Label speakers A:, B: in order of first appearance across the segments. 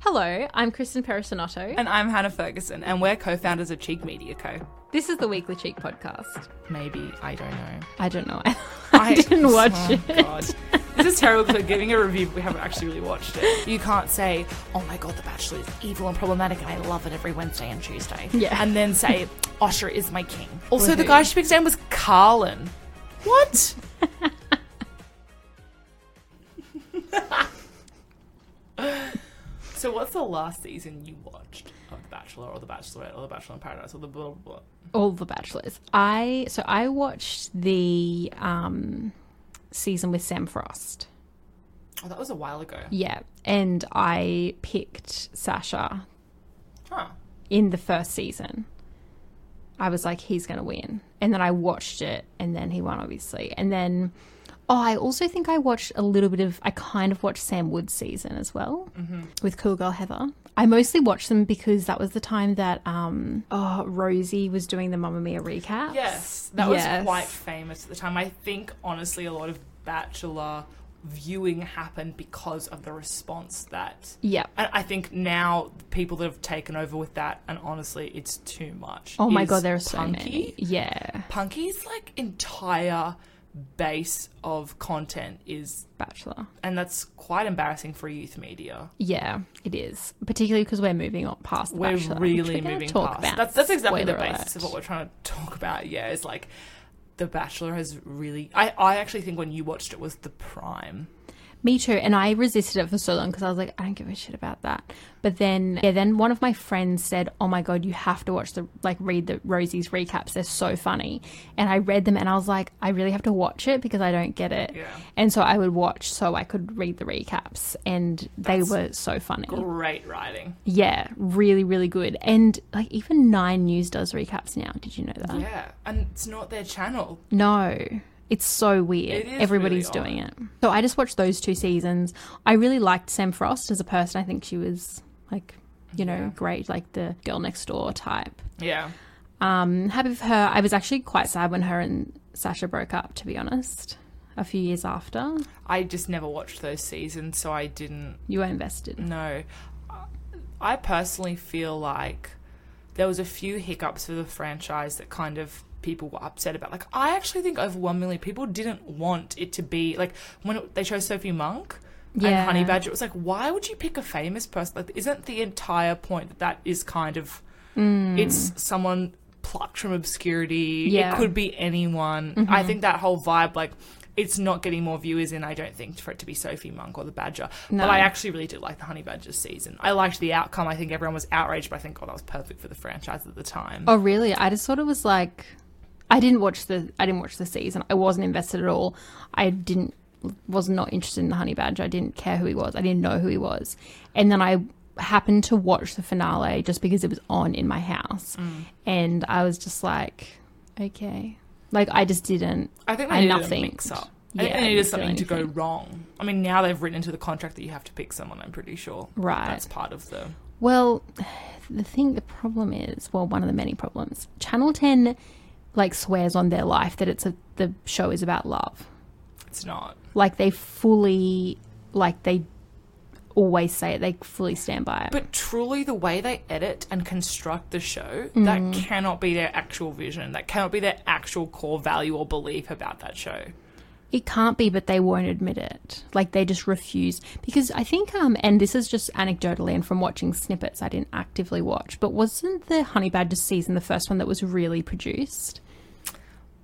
A: Hello, I'm Kristen Perisonotto.
B: And I'm Hannah Ferguson, and we're co founders of Cheek Media Co.
A: this is the Weekly Cheek podcast.
B: Maybe, I don't know.
A: I don't know. I, didn't watch
B: oh,
A: it.
B: God. This is terrible because we're giving a review, but we haven't actually really watched it. You can't say, oh my God, The Bachelor is evil and problematic, and I love it every Wednesday and Tuesday.
A: Yeah.
B: And then say, Osher is my king. Also, the
A: Woohoo.
B: guy she picked down was Carlin. What? so, what's the last season you watched of The Bachelor or The Bachelorette or The Bachelor in Paradise or The blah blah blah?
A: All the Bachelors. I so I watched the um season with Sam Frost.
B: Oh, that was a while ago.
A: Yeah, and I picked Sasha
B: Huh.
A: in the first season. I was like, he's going to win. And then I watched it, and then he won, obviously. And then, oh, I also think I watched a little bit of, I kind of watched Sam Wood's season as well
B: Mm-hmm.
A: with Cool Girl Heather. I mostly watched them because that was the time that um, oh, Rosie was doing the Mamma Mia recaps.
B: Yes, that
A: Yes.
B: was quite famous at the time. I think honestly, a lot of Bachelor viewing happened because of the response that.
A: Yeah.
B: And I think now the people that have taken over with that, and honestly, it's too much.
A: Oh my
B: Is
A: God, there are so
B: Punky.
A: many. Yeah.
B: Punky's like entire base of content is,
A: Bachelor.
B: and that's quite embarrassing for youth media.
A: Yeah, it is. Particularly because we're moving on past the
B: we're
A: Bachelor, which
B: really
A: we're gonna
B: moving
A: talk
B: past.
A: about.
B: That's that's exactly the
A: Spoiler
B: basis of
A: alert.
B: what we're trying to talk about. Yeah, it's like the Bachelor has really. I I actually think when you watched it was the prime.
A: Me too. And I resisted it for so long because I was like, I don't give a shit about that. But then, yeah, then one of my friends said, Oh my God, you have to watch the, like, read the Rosie's recaps. They're so funny. And I read them and I was like, I really have to watch it because I don't get it.
B: Yeah.
A: And so I would watch so I could read the recaps. And they were so funny.
B: Great writing.
A: Yeah, really, really good. And like, even Nine News does recaps now. Did you know that?
B: Yeah, and it's not their channel.
A: No. It's so weird.
B: It is
A: Everybody's
B: really
A: doing it. So I just watched those two seasons. I really liked Sam Frost as a person. I think she was like, you know,
B: Yeah.
A: great, like the girl next door type.
B: Yeah,
A: Um, happy for her. I was actually quite sad when her and Sasha broke up, to be honest. A few years after,
B: I just never watched those seasons, so I didn't
A: you were invested.
B: know. I personally feel like there was a few hiccups for the franchise that kind of people were upset about. Like I actually think overwhelmingly people didn't want it to be like when it, they chose Sophie Monk
A: Yeah.
B: and Honey Badger. It was like why would you pick a famous person? Like isn't the entire point that that is kind of
A: Mm.
B: it's someone plucked from obscurity.
A: Yeah. Mm-hmm.
B: It could be anyone. I think that whole vibe like. It's not getting more viewers in, I don't think, for it to be Sophie Monk or the Badger.
A: No.
B: But I actually really did like the Honey Badger season. I liked the outcome. I think everyone was outraged, but I think, oh, that was perfect for the franchise at the time.
A: Oh, really? I just thought it was like, I didn't watch the, I didn't watch the season. I wasn't invested at all. I didn't, was not interested in the Honey Badger. I didn't care who he was. I didn't know who he was. And then I happened to watch the finale just because it was on in my house,
B: Mm.
A: and I was just like, okay, like I just didn't.
B: I think
A: I
B: they needed a
A: nothinged.
B: mix up. I think
A: Yeah,
B: they
A: I
B: needed
A: didn't feel
B: something to go
A: anything.
B: wrong. I mean, now they've written into the contract that you have to pick someone, I'm pretty sure.
A: Right.
B: That's part of the.
A: Well, the thing, the problem is, well, one of the many problems. Channel Ten, like, swears on their life that it's a the show is about love.
B: It's not.
A: like they fully like they always say it they fully stand by it
B: But truly, the way they edit and construct the show, that cannot be their actual vision. That cannot be their actual core value or belief about that show.
A: it can't be but they won't admit it like they just refuse because i think um and this is just anecdotally and from watching snippets i didn't actively watch but wasn't the honey badger season the first one that was really produced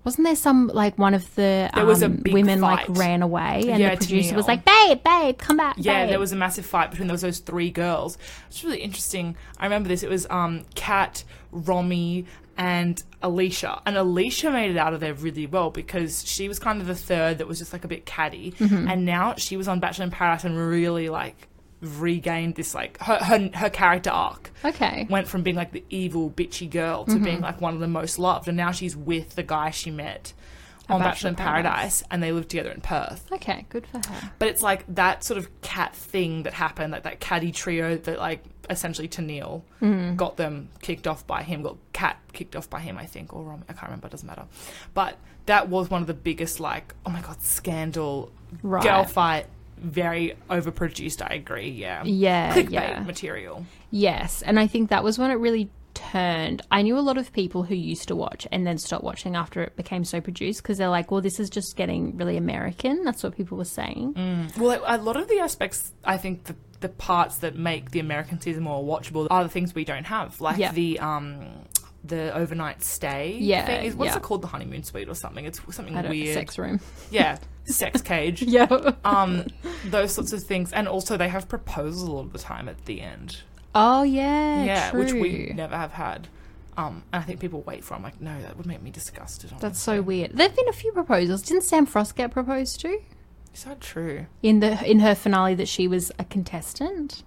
A: wasn't there some like one of the
B: There was a
A: um,
B: big
A: women like
B: fight.
A: ran away and
B: Yeah,
A: the producer was
B: Tennille.
A: like babe babe come back
B: Yeah,
A: babe."
B: there was a massive fight between those those three girls. It's really interesting. I remember this. It was um Kat, Romy, and Alicia. And Alicia made it out of there really well because she was kind of the third that was just like a bit catty. And now she was on Bachelor in Paradise and really like regained this like her her, her character arc
A: okay
B: went from being like the evil bitchy girl to being
A: Mm-hmm.
B: like one of the most loved and now she's with the guy she met on
A: Bachelor
B: Bachelor in
A: in Paradise.
B: Paradise and they live together in Perth.
A: okay good for her
B: But it's like that sort of cat thing that happened, like that catty trio that like essentially Tennille
A: Mm, Mm-hmm.
B: got them kicked off by him, got cat kicked off by him, I think, or Rom- I can't remember, it doesn't matter. But that was one of the biggest like, oh my god, scandal,
A: right
B: girl fight, very overproduced. I agree. Yeah.
A: Yeah,
B: Clickbait
A: yeah.
B: material.
A: Yes, and I think that was when it really turned. I knew a lot of people who used to watch and then stopped watching after it became so produced because they're like, well, this is just getting really American. That's what people were saying.
B: Mm. Well, a lot of the aspects, I think, the, the parts that make the American season more watchable are the things we don't have, like
A: Yeah.
B: the um, the overnight stay.
A: Yeah,
B: thing. Is- what's
A: yeah.
B: it called? The honeymoon suite or something? It's something
A: I don't
B: weird.
A: sex room.
B: Yeah, sex cage.
A: Yeah.
B: um, those sorts of things, and also they have proposal all the time at the end.
A: Oh yeah,
B: yeah,
A: true.
B: which we never have had. Um, and I think people wait for. it. I'm like, no, that would make me disgusted.
A: That's
B: honestly.
A: so weird. There've been a few proposals. Didn't Sam Frost get proposed to
B: Is that true?
A: in the in her finale that she was a contestant?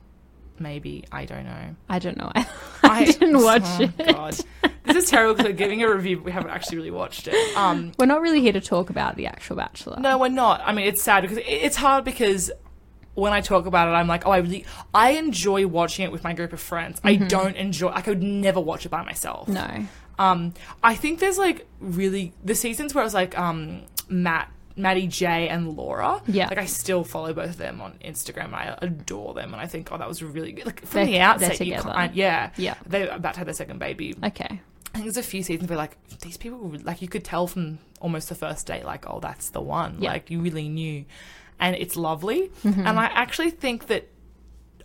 B: Maybe I don't know.
A: I don't know. I, didn't watch
B: oh,
A: it.
B: God, this is terrible. 'cause We're giving a review, but we haven't actually really watched it. Um,
A: We're not really here to talk about the actual Bachelor.
B: no, we're not. I mean, it's sad because it- it's hard because when I talk about it, I'm like, oh, I really, I enjoy watching it with my group of friends. I don't enjoy. I could never watch it by myself.
A: Mm-hmm. No.
B: Um, I think there's like really the seasons where it was like um Matt. Maddie J and Laura.
A: Yeah.
B: Like, I still follow both of them on Instagram. I adore them. And I think, oh, that was really good. Like, from
A: They're-
B: the
A: they're
B: outset, you
A: together.
B: can't. Yeah.
A: Yeah.
B: They're about to have their second baby.
A: Okay.
B: I think there's a few seasons where like these people were- like you could tell from almost the first date like oh that's the one
A: Yeah. Mm-hmm.
B: like you really knew and it's lovely and I actually think that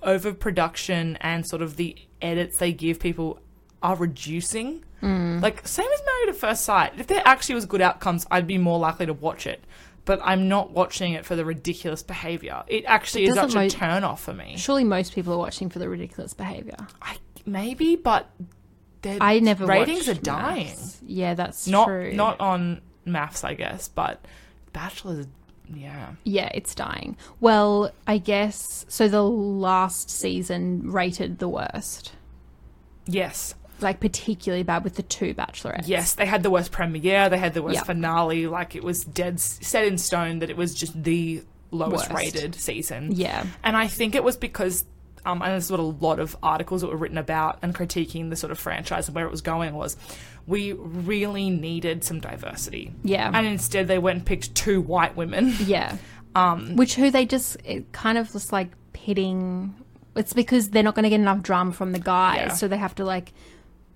B: overproduction and sort of the edits they give people are reducing
A: Mm.
B: like same as married at first sight if there actually was good outcomes I'd be more likely to watch it but I'm not watching it for the ridiculous behavior it actually
A: It
B: is such
A: doesn't mo-
B: a turn off for me
A: Surely most people are watching for the ridiculous behavior.
B: I, maybe but their
A: I never
B: ratings
A: watched
B: are dying
A: Maths. Yeah, that's
B: not
A: true.
B: not on maths, I guess, but bachelor's. Yeah,
A: Yeah, it's dying. Well, I guess so. The last season rated the worst,
B: yes,
A: like particularly bad with the two bachelorettes.
B: yes. They had the worst premiere. They had the worst
A: Yeah.
B: finale. Like it was dead s- set in stone that it was just the
A: Worst.
B: lowest rated season.
A: Yeah.
B: And I think it was because, um, and this is what a lot of articles that were written about and critiquing the sort of franchise and where it was going was, we really needed some diversity.
A: Yeah.
B: And instead, they went and picked two white women.
A: Yeah. Um, Which who they just it kind of was like pitting. It's because they're not going to get enough drama from the guys,
B: Yeah.
A: so they have to like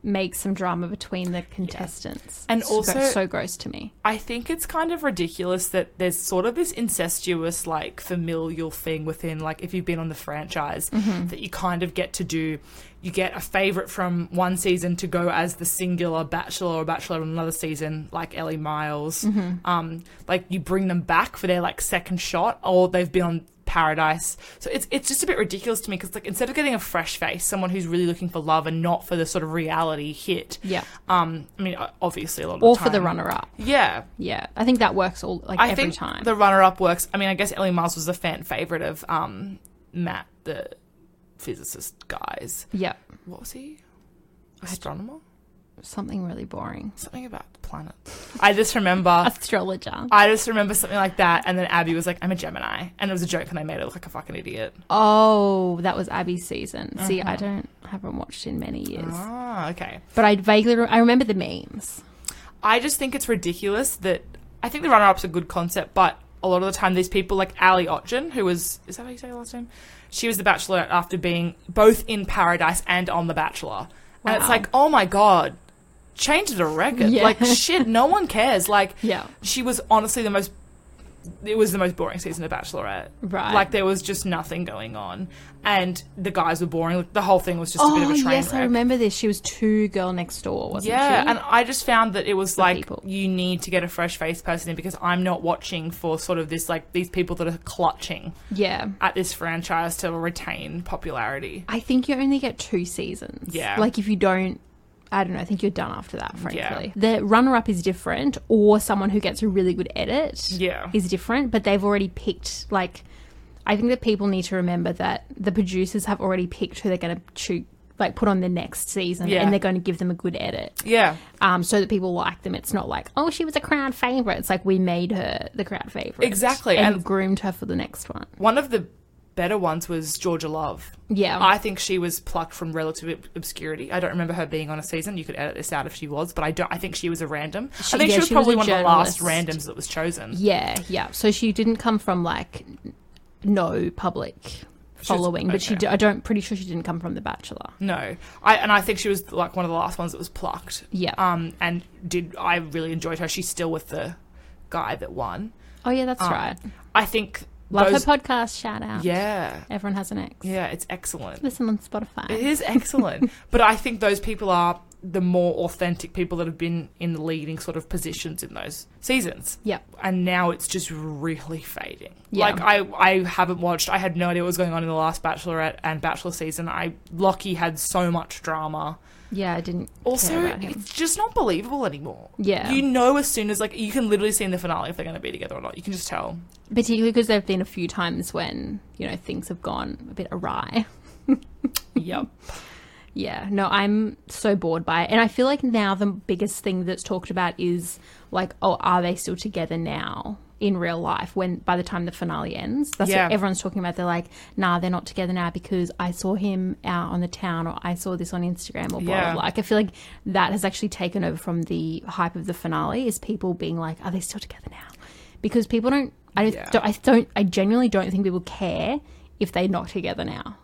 A: make some drama between the contestants.
B: And
A: It's gro-
B: also-
A: so gross to me.
B: I think it's kind of ridiculous that there's sort of this incestuous, like, familial thing within, like, if you've been on the franchise,
A: Mm-hmm.
B: that you kind of get to do. You get a favorite from one season to go as the singular bachelor or bachelor on another season, like Ellie Miles.
A: Mm-hmm.
B: Um, like, you bring them back for their, like, second shot, or they've been on Paradise. So it's it's just a bit ridiculous to me because, like, instead of getting a fresh face, someone who's really looking for love and not for the sort of reality hit.
A: Yeah.
B: Um, I mean, o- obviously, a lot of
A: Or
B: the
A: for the
B: time-
A: runner-up.
B: Yeah.
A: Yeah, I think that works all like
B: I
A: every
B: think
A: time.
B: the runner-up works. I mean, I guess Ellie Miles was a fan favorite of um, Matt, the physicist guy's.
A: yeah,
B: What was he? Astronomer?
A: something really boring.
B: Something about the planet. I just remember.
A: Astrologer.
B: I just remember something like that, and then Abby was like, "I'm a Gemini," and it was a joke, and they made it look like a fucking idiot.
A: Oh, that was Abby's season. See, I
B: Mm-hmm.
A: don't haven't watched in many years,
B: Ah, okay.
A: but I vaguely re- I remember the memes.
B: I just think it's ridiculous that I think the runner-up's a good concept, but a lot of the time these people like Ali Otgen, who was is that how you say her last name? She was the Bachelorette after being both in Paradise and on The Bachelor, and it's
A: Wow.
B: like, oh my god, change the record,
A: Yeah.
B: like shit, no one cares. Like,
A: Yeah.
B: she was honestly the most. It was the most boring season of Bachelorette.
A: Right.
B: Like there was just nothing going on, and the guys were boring. Like, The whole thing was just a bit of a train
A: Oh, yes,
B: wreck.
A: I remember this. She was two girl next door, wasn't
B: Yeah,
A: she?
B: and I just found that it was like
A: people.
B: you need to get a fresh face person in because I'm not watching for sort of this like these people that are clutching
A: yeah.
B: at this franchise to retain popularity.
A: I think you only get two seasons.
B: Yeah.
A: Like if you don't, I don't know. I think you're done after that. Frankly,
B: Yeah.
A: the runner-up is different, or someone who gets a really good edit.
B: Yeah.
A: is different, but they've already picked. Like, I think that people need to remember that the producers have already picked who they're going to shoot, like put on the next season,
B: Yeah.
A: and they're going to give them a good edit,
B: Yeah.
A: um, so that people like them. It's not like oh, she was a crowd favorite. It's like we made her the crowd favorite
B: Exactly,
A: and,
B: and-
A: groomed her for the next one.
B: One of the better ones was Georgia Love.
A: Yeah.
B: I think she was plucked from relative ob- obscurity. I don't remember her being on a season. You could edit this out if she was, but I don't I think she was a random.
A: She-
B: I think
A: yeah,
B: she was
A: she was
B: probably
A: a
B: one of the last
A: journalist.
B: randoms that was chosen.
A: Yeah, yeah. So she didn't come from like no public following, but she
B: okay.
A: d- I don't pretty sure she didn't come from The Bachelor.
B: No, I and I think she was like one of the last ones that was plucked.
A: Yeah.
B: Um, and did I really enjoyed her? She's still with the guy that won.
A: oh yeah, that's
B: um,
A: right.
B: I think.
A: Love
B: those-
A: her podcast. Shout out.
B: Yeah,
A: Everyone has an ex.
B: yeah, it's excellent.
A: Listen on Spotify.
B: It is excellent. but I think those people are the more authentic people that have been in the leading sort of positions in those seasons.
A: Yep.
B: And now it's just really fading.
A: Yeah.
B: Like I I haven't watched I had no idea what was going on in the last Bachelorette and Bachelor season. I Lockie had so much drama.
A: Yeah, I didn't.
B: Also,
A: care about him.
B: it's just not believable anymore.
A: Yeah.
B: You know as soon as like you can literally see in the finale if they're gonna be together or not. You can just tell.
A: particularly because there have been a few times when you know things have gone a bit awry.
B: yep.
A: Yeah, no, I'm so bored by it, and I feel like now the biggest thing that's talked about is like, oh, are they still together now? In real life, when by the time the finale ends, that's
B: Yeah.
A: what everyone's talking about. They're like, "Nah, they're not together now because I saw him out on the town, or I saw this on Instagram, or blah
B: Yeah.
A: blah blah." Like, I feel like that has actually taken over from the hype of the finale. Is people being like, "Are they still together now?" Because people don't, I
B: Yeah.
A: don't, I don't, I genuinely don't think people care if they're not together now.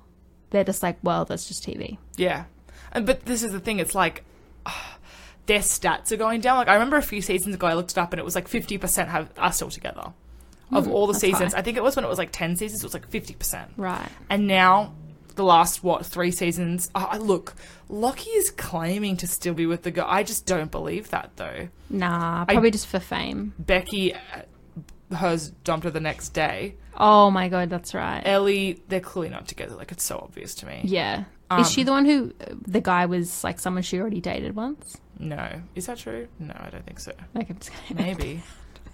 A: They're just like, "Well, that's just TV."
B: Yeah. And, but this is the thing, it's like ah, their stats are going down. Like I remember a few seasons ago I looked it up and it was like fifty percent have are still together. Of all
A: Hmm,
B: the
A: that's
B: seasons.
A: high.
B: I think it was when it was like ten seasons, it was like fifty percent.
A: Right.
B: And now the last what, three seasons uh, look, Lockie is claiming to still be with the girl. I just don't believe that though.
A: Nah, probably just for fame.
B: Becky uh, hers dumped her the next day.
A: Oh my god, that's right.
B: Eh. Ellie, they're clearly not together. Like it's so obvious to me.
A: yeah.
B: Um,
A: Is she the one who uh, the guy was like someone she already dated once?
B: No, is that true? No, I don't think so.
A: Like I'm just kidding.
B: Maybe.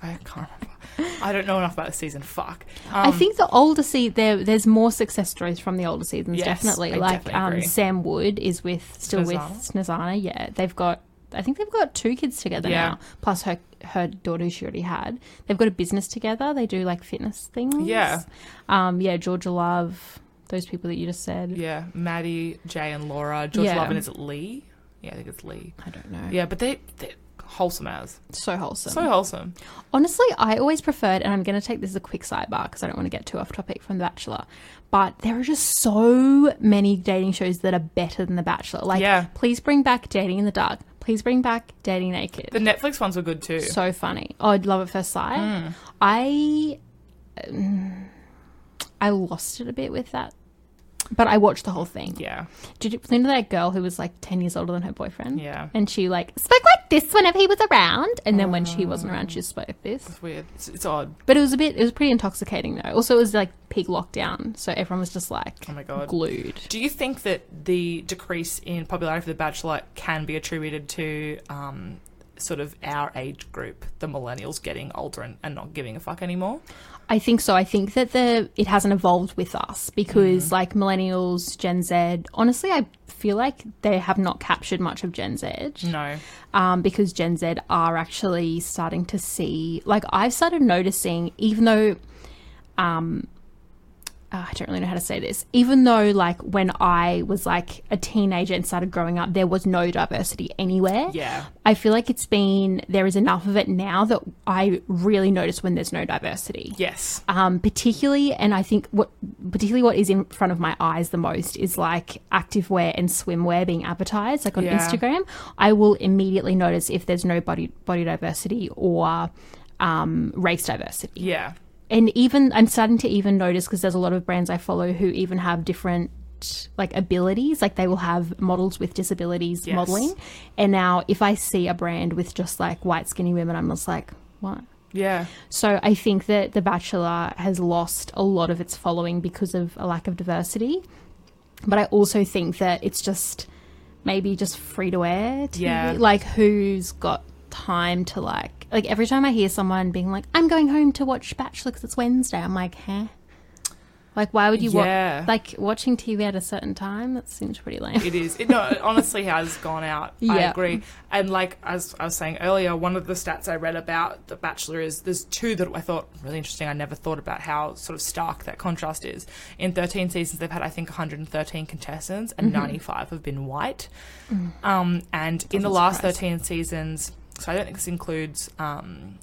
B: I can't remember. I don't know enough about this season. Fuck.
A: I
B: Um,
A: think the older season there there's more success stories from the older seasons
B: Yes,
A: definitely.
B: I
A: like
B: definitely agree.
A: um Sam Wood is with still with Snezana. Yeah, they've got I think they've got two kids together
B: Yeah.
A: now, plus her her daughter who she already had. They've got a business together. They do like fitness things.
B: Yeah.
A: Um yeah, Georgia Love, those people that you just said.
B: Yeah, Maddie, Jay, and Laura. George
A: Yeah.
B: Lovin, is it Lee? Yeah, I think it's Lee.
A: I don't know.
B: Yeah, but they, they're wholesome as.
A: So wholesome.
B: So wholesome.
A: Honestly, I always preferred, and I'm going to take this as a quick sidebar because I don't want to get too off topic from The Bachelor, but there are just so many dating shows that are better than The Bachelor. Like,
B: Yeah.
A: please bring back Dating in the Dark. Please bring back Dating Naked.
B: The Mm. Netflix ones were good too.
A: so funny. Oh, I'd Love at First Sight. I, um, I lost it a bit with that, but I watched the whole thing.
B: yeah,
A: Did you remember that girl who was like 10 years older than her boyfriend?
B: yeah.
A: And she like spoke like this whenever he was around, and then when she wasn't around,
B: Oh.
A: she spoke like this.
B: It's weird. It's, it's odd.
A: But it was a bit, it was pretty intoxicating though. Also, it was like peak lockdown, so everyone was just like
B: Oh my god.
A: glued.
B: Do you think that the decrease in popularity for The Bachelor can be attributed to um, sort of our age group, the millennials getting older and, and not giving a fuck anymore?
A: I think so. I think that the it hasn't evolved with us because
B: Mm.
A: like millennials, Gen Z. Honestly, I feel like they have not captured much of Gen Z.
B: No.
A: um, because Gen Z are actually starting to see, like, I've started noticing, even though, um, uh, I don't really know how to say this, even though, like, when I was like a teenager and started growing up, there was no diversity anywhere.
B: Yeah.
A: I feel like it's been, there is enough of it now that I really notice when there's no diversity
B: Yes.
A: um, particularly and i think what particularly what is in front of my eyes the most is like activewear and swimwear being advertised like on
B: Yeah.
A: instagram i will immediately notice if there's no body body diversity or um, race diversity
B: Yeah.
A: and even i'm starting to even notice because there's a lot of brands i follow who even have different like abilities like they will have models with disabilities
B: Yes.
A: modeling and now if i see a brand with just like white skinny women i'm just like what
B: Yeah.
A: so I think that The Bachelor has lost a lot of its following because of a lack of diversity. But I also think that it's just maybe just free to air TV.
B: Yeah.
A: Like who's got time to like like every time I hear someone being like, "I'm going home to watch Bachelor because it's Wednesday," I'm like, "Huh." Like why would you
B: Yeah.
A: watch like watching TV at a certain time? That seems pretty lame.
B: It is. It, no, it honestly has gone out. I
A: Yeah.
B: agree. And like as I was saying earlier, one of the stats I read about The Bachelor is there's two that I thought really interesting. I never thought about how sort of stark that contrast is. In 13 seasons, they've had I think 113 contestants, and 95 have been white. Um, and in
A: Mm-hmm. Mm.
B: the
A: Doesn't
B: last
A: surprise.
B: 13 seasons, so I don't think this includes um,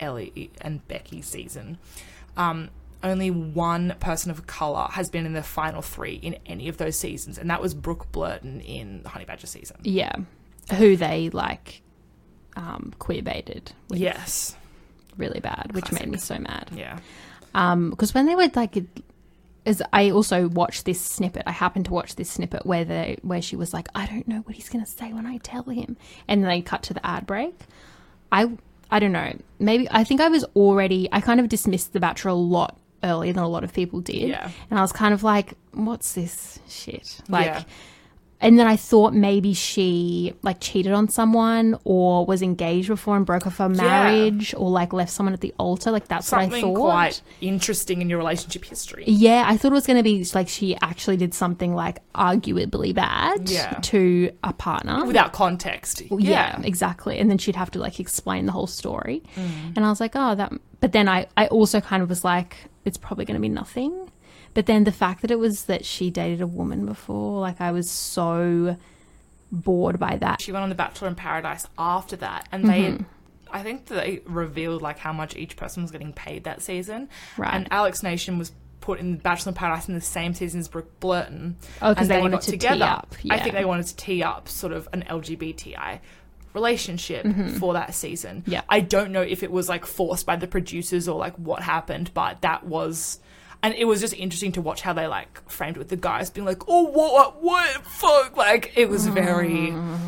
B: Ellie and Becky season. Um, only one person of color has been in the final three in any of those seasons, and that was Brooke Blurton in Honey Badger season.
A: Yeah. Who they like um, queer baited
B: Yes.
A: really bad, which made me so mad.
B: Yeah.
A: because Um, when they were like it- as I also watched this snippet, I happened to watch this snippet where they where she was like, "I don't know what he's gonna say when I tell him," and then they cut to the ad break. I I don't know. Maybe I think I was already I kind of dismissed The Bachelor a lot earlier than a lot of people did,
B: Yeah.
A: and I was kind of like, "What's this shit?" Like.
B: Yeah.
A: And then I thought maybe she like cheated on someone or was engaged before and broke off her marriage or like left someone at the altar. Like that's what I
B: Something
A: thought.
B: quite interesting in your relationship history.
A: Yeah, I thought it was going to be like she actually did something like arguably bad
B: Yeah.
A: to a partner.
B: Without context.
A: yeah. exactly. And then she'd have to like explain the whole story.
B: Mm.
A: And I was like, oh, that. But then I, I also kind of was like, it's probably going to be nothing. But then the fact that it was that she dated a woman before, like I was so bored by that.
B: She went on The Bachelor in Paradise after that, and
A: Mm-hmm.
B: they. I think they revealed like how much each person was getting paid that season.
A: Right.
B: And Alex Nation was put in Bachelor in Paradise in the same season as Brooke Blurton.
A: Oh, 'cause
B: and
A: they wanted
B: got
A: to tee up,
B: I
A: yeah.
B: think they wanted to tee up sort of an LGBTI relationship for that season.
A: Mm-hmm. Yeah.
B: I don't know if it was like forced by the producers or like what happened, but that was and it was just interesting to watch how they like framed it with the guys being like, "Oh, what, what, fuck!" Like it was very
A: Mm.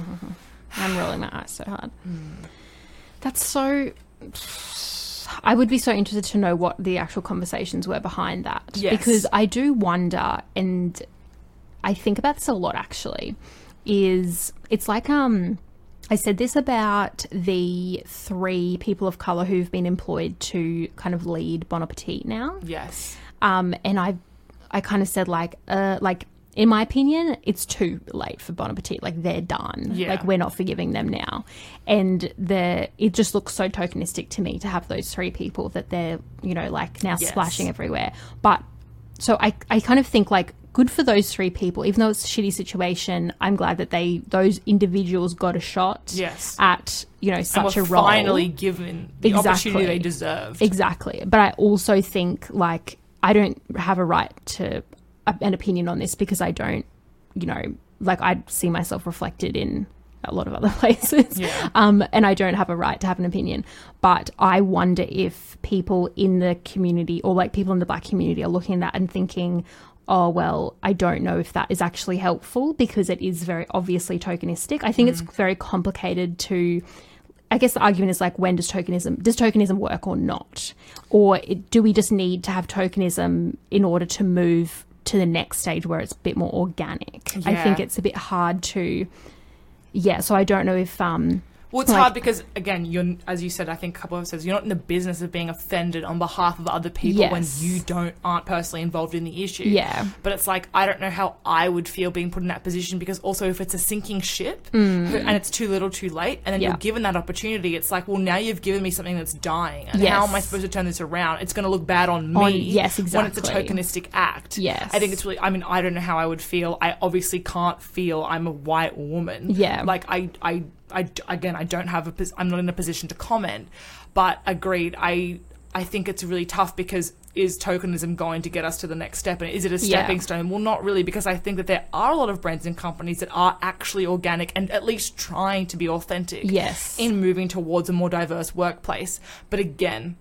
A: I'm rolling my eyes so hard. That's so. I would be so interested to know what the actual conversations were behind that.
B: Yes.
A: Because I do wonder, and I think about this a lot actually, is it's like, um, I said this about the three people of colour who've been employed to kind of lead Bon Appetit now
B: yes,
A: um, and I, I kind of said like, uh, like in my opinion, it's too late for Bon Appetit. Like they're done.
B: Yeah.
A: Like we're not forgiving them now, and the it just looks so tokenistic to me to have those three people that they're you know like now
B: Yes.
A: splashing everywhere. But so I, I kind of think like good for those three people, even though it's a shitty situation. I'm glad that they those individuals got a shot.
B: Yes.
A: At you know
B: and
A: such
B: were
A: a role.
B: finally given the opportunity
A: Exactly.
B: they deserved.
A: Exactly. But I also think like I don't have a right to a, an opinion on this because I don't, you know, like I see myself reflected in a lot of other places.
B: Yeah.
A: Um, and I don't have a right to have an opinion. But I wonder if people in the community or like people in the black community are looking at that and thinking, oh, well, I don't know if that is actually helpful because it is very obviously tokenistic. I think it's very complicated to. I guess the argument is like, when does tokenism does tokenism work or not, or it, do we just need to have tokenism in order to move to the next stage where it's a bit more organic? I
B: Yeah.
A: think it's a bit hard to, yeah. So I don't know if um
B: Well, it's
A: Like-
B: hard because again, you're as you said, I think a couple of says you're not in the business of being offended on behalf of other people when
A: Yes.
B: you don't aren't personally involved in the issue.
A: Yeah.
B: but it's like I don't know how I would feel being put in that position because also if it's a sinking ship
A: Mm.
B: and it's too little, too late, and then
A: Mm-hmm. Yeah.
B: you're given that opportunity, it's like well now you've given me something that's dying, and how am I
A: Yes.
B: supposed to turn this around? It's going to look bad on me.
A: On- yes, exactly.
B: When it's a tokenistic act.
A: Yes.
B: I think it's really. I mean, I don't know how I would feel. I obviously can't feel. I'm a white woman.
A: Yeah.
B: Like I, I, I again, I don't have a. pos- I'm not in a position to comment, but agreed. I, I think it's really tough because is tokenism going to get us to the next step, and is it a
A: Yeah.
B: stepping stone? Well, not really, because I think that there are a lot of brands and companies that are actually organic and at least trying to be authentic
A: yes
B: in moving towards a more diverse workplace. But again,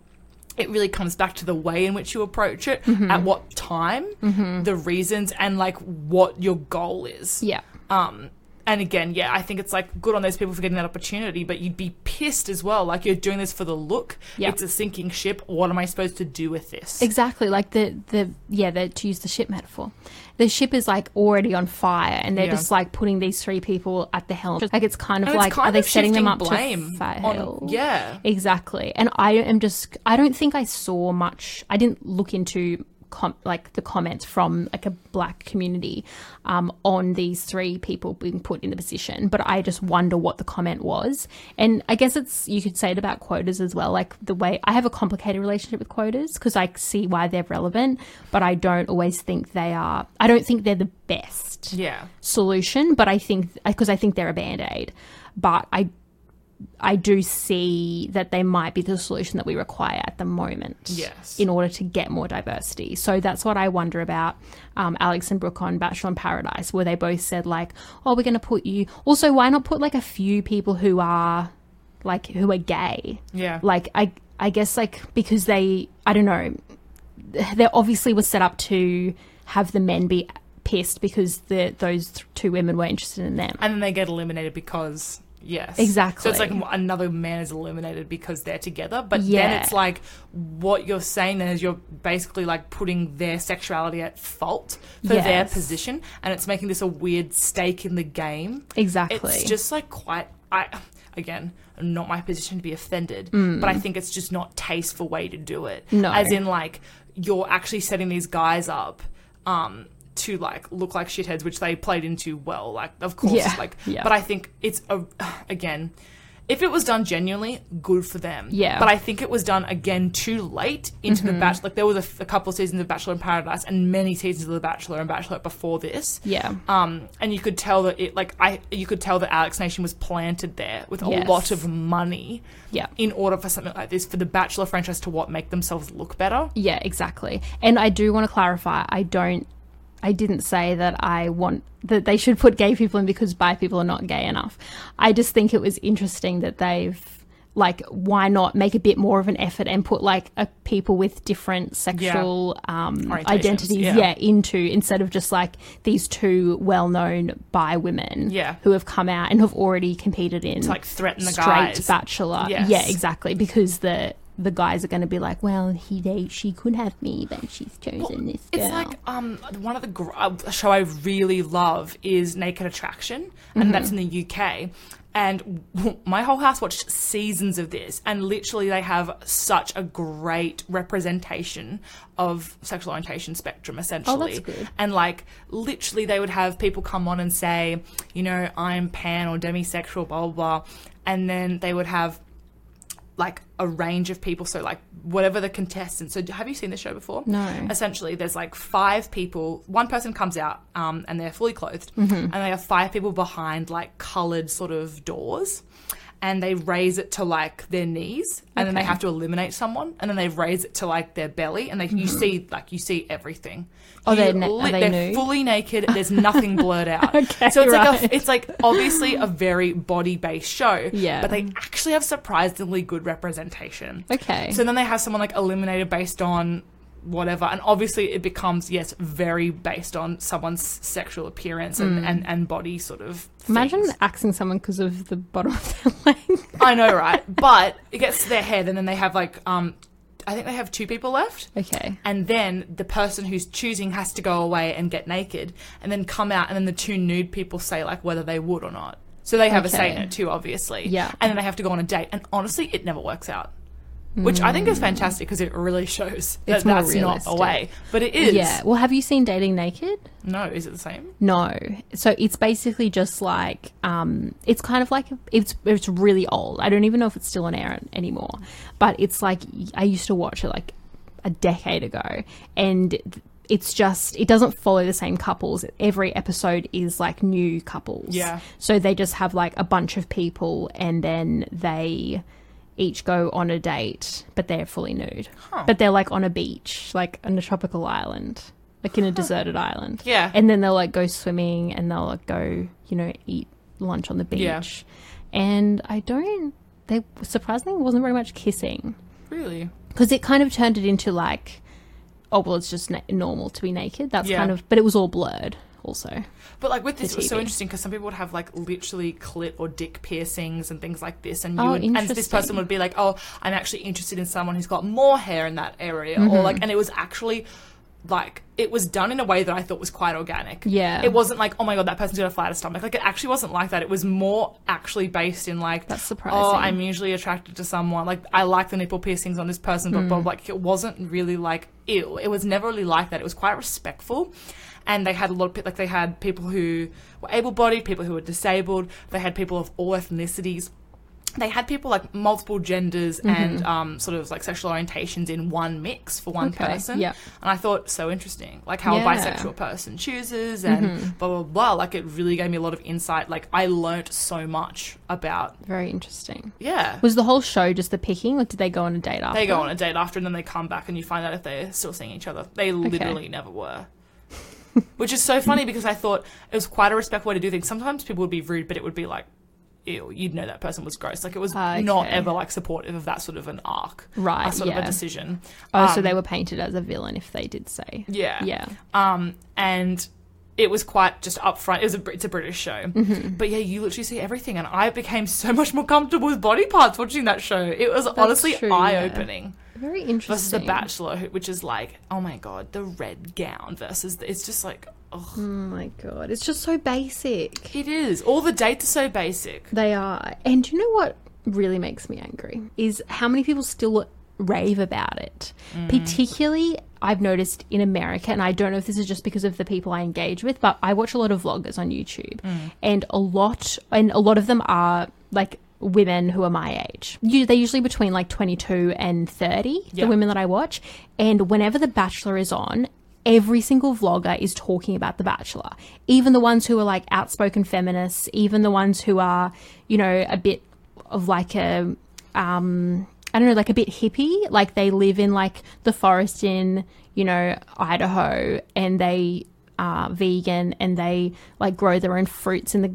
B: it really comes back to the way in which you approach it,
A: Mm-hmm.
B: at what time, the reasons, and like what your goal is.
A: yeah
B: Um, and again, yeah, I think it's like good on those people for getting that opportunity, but you'd be pissed as well. Like you're doing this for the look.
A: Yeah.
B: It's a sinking ship. What am I supposed to do with this?
A: exactly like the the yeah the, to use the ship metaphor, the ship is like already on fire and they're
B: Yeah.
A: just like putting these three people at the helm. Like it's kind of
B: And it's
A: like
B: kind
A: are they
B: of
A: setting them up
B: shifting
A: to
B: blame on-
A: fail?
B: yeah.
A: Exactly. And I am just, I don't think I saw much, I didn't look into com- like the comments from like a black community um, on these three people being put in the position, but I just wonder what the comment was. And I guess it's, you could say it about quotas as well. Like the way I have a complicated relationship with quotas because I see why they're relevant, but I don't always think they are, I don't think they're the best
B: Yeah.
A: solution, but I think because I think they're a band aid. But I I do see that they might be the solution that we require at the moment.
B: Yes.
A: In order to get more diversity. So that's what I wonder about um, Alex and Brooke on Bachelor in Paradise, where they both said, like, oh, we're going to put you. Also, why not put like a few people who are like, who are gay?
B: Yeah.
A: Like, I, I guess, like, because they, I don't know, they obviously were set up to have the men be pissed because the, those th- two women were interested in them.
B: and then they get eliminated because yes
A: Exactly.
B: so it's like another man is eliminated because they're together but
A: Yeah.
B: then it's like what you're saying then is you're basically like putting their sexuality at fault for their
A: Yes.
B: position and it's making this a weird stake in the game
A: Exactly.
B: it's just like quite i again not my position to be offended but i think it's just not tasteful way to do it
A: Mm. No.
B: as in like you're actually setting these guys up um to like look like shitheads which they played into well like of course
A: Yeah.
B: like
A: Yeah.
B: but i think it's a again if it was done genuinely, good for them.
A: Yeah. Mm-hmm.
B: But I think it was done again too late into the Bachelor. Like there was a, f- a couple of seasons of Bachelor in Paradise and many seasons of The Bachelor and Bachelorette before this
A: yeah.
B: um, and you could tell that it like I you could tell that Alex Nation was planted there with a
A: Yes.
B: lot of money
A: Yeah.
B: in order for something like this for the Bachelor franchise to what make themselves look better.
A: Yeah, exactly. And I do want to clarify, I don't I didn't say that I want that they should put gay people in because bi people are not gay enough. I just think it was interesting that they've like why not make a bit more of an effort and put like a people with different sexual um,
B: Orientations,
A: identities
B: yeah.
A: yeah into instead of just like these two well-known bi women
B: Yeah.
A: who have come out and have already competed in
B: To like threaten the
A: straight
B: guys.
A: bachelor.
B: Yes.
A: Yeah, exactly. Because the the guys are going to be like, well, he they, she could have me, but she's chosen this girl.
B: It's like um, one of the gr- uh, a show I really love is Naked Attraction, and that's in the UK. And my whole house watched seasons of this, and literally they have such a great representation of sexual orientation spectrum, essentially.
A: good.
B: And like literally, they would have people come on and say, you know, I'm pan or demisexual, blah blah, blah. and then they would have like a range of people. So like whatever the contestants. So have you seen this show before?
A: No.
B: Essentially, there's like five people. One person comes out, um, and they're fully clothed,
A: Mm-hmm.
B: and they have five people behind like coloured sort of doors. And they raise it to like their knees, and then they have to eliminate someone, and then they raise it to like their belly, and they you see like you see everything.
A: Mm-hmm. Are they
B: You
A: na- are they
B: they're
A: nude?
B: fully naked. There's nothing blurred out.
A: Okay,
B: so it's like
A: right.
B: a, it's like obviously a very body based show.
A: Yeah.
B: but they actually have surprisingly good representation.
A: okay.
B: So then they have someone like eliminated based on whatever, and obviously it becomes yes very based on someone's sexual appearance and and, and body sort of.
A: Hmm. Imagine
B: things.
A: axing someone because of the bottom of their leg.
B: I know, right? But it gets to their head, and then they have like um, I think they have two people left.
A: Okay.
B: And then the person who's choosing has to go away and get naked and then come out and then the two nude people say like whether they would or not. So they have a say in
A: Okay.
B: it too, obviously.
A: Yeah.
B: And then they have to go on a date. And honestly, it never works out. Which I think is fantastic because it really shows that
A: Mm. It's more
B: that's not a
A: realistic.
B: way. But it is.
A: Yeah. Well, have you seen Dating Naked?
B: No, is it the same?
A: No. So it's basically just like um, it's kind of like it's it's really old. I don't even know if it's still on air anymore. But it's like I used to watch it like a decade ago, and it's just it doesn't follow the same couples. Every episode is like new couples.
B: Yeah.
A: So they just have like a bunch of people, and then they each go on a date, but they're fully nude. But they're like on a beach, like on a tropical island, like in a deserted island.
B: Yeah.
A: And then they'll like go swimming and they'll like go, you know, eat lunch on the beach.
B: Yeah.
A: And I don't, they surprisingly wasn't very much kissing
B: Really?
A: because it kind of turned it into like, oh, well, it's just na- normal to be naked. That's
B: Yeah.
A: kind of, but it was all blurred also.
B: But like with this, it was so
A: TV.
B: interesting because some people would have like literally clit or dick piercings and things like this, and you
A: Oh,
B: would, and this
A: interesting.
B: person would be like, "Oh, I'm actually interested in someone who's got more hair in that area,"
A: Mm-hmm.
B: or like, and it was actually like it was done in a way that I thought was quite organic.
A: Yeah.
B: it wasn't like, "Oh my god, that person's got a flatter stomach." Like it actually wasn't like that. It was more actually based in like,
A: That's surprising.
B: Oh, I'm usually attracted to someone. Like I like the nipple piercings on this person, but,
A: Mm.
B: but like it wasn't really like ew. It was never really like that. It was quite respectful. And they had a lot of pe- like they had people who were able-bodied, people who were disabled. They had people of all ethnicities. they had people like multiple genders
A: Mm-hmm.
B: and um, sort of like sexual orientations in one mix for one
A: Okay,
B: person.
A: yeah.
B: And I thought so interesting, like how
A: Yeah. Mm-hmm.
B: a bisexual person chooses and blah blah blah. Like it really gave me a lot of insight. Like I learnt so much about
A: Very interesting.
B: yeah.
A: Was the whole show just the picking, or did they go on a date after?
B: They go on a date after and then they come back and you find out if they're still seeing each other. They literally never were. Which is so funny because I thought it was quite a respectful way to do things. Sometimes people would be rude, but it would be like, ew, you'd know that person was gross. Like it was
A: Ah,
B: not
A: okay.
B: ever like supportive of that sort of an arc.
A: Right,
B: a sort of
A: yeah.
B: a decision.
A: Oh, so
B: Um,
A: they were painted as a villain if they did say.
B: Yeah.
A: Yeah.
B: Um, and it was quite just upfront. It was a, Brit- it's a British show,
A: Mm-hmm.
B: but yeah, you literally see everything, and I became so much more comfortable with body parts watching that show. It was honestly
A: true, yeah.
B: eye opening.
A: Very interesting.
B: versus the Bachelor, who- which is like, oh my god, the red gown versus the, it's just like, ugh,
A: Oh my god, it's just so basic.
B: it is. All the dates are so basic.
A: They are. And do you know what really makes me angry? Is how many people still rave about it. Particularly, I've noticed in America, and I don't know if this is just because of the people I engage with, but I watch a lot of vloggers on YouTube, and a lot, and a lot of them are like women who are my age. You, they're usually between like 22 and 30,
B: Yeah.
A: the women that I watch. And whenever The Bachelor is on, every single vlogger is talking about The Bachelor. Even the ones who are like outspoken feminists, even the ones who are, you know, a bit of like a, um, I don't know, like a bit hippie. Like they live in like the forest in, you know, Idaho and they are vegan and they like grow their own fruits in the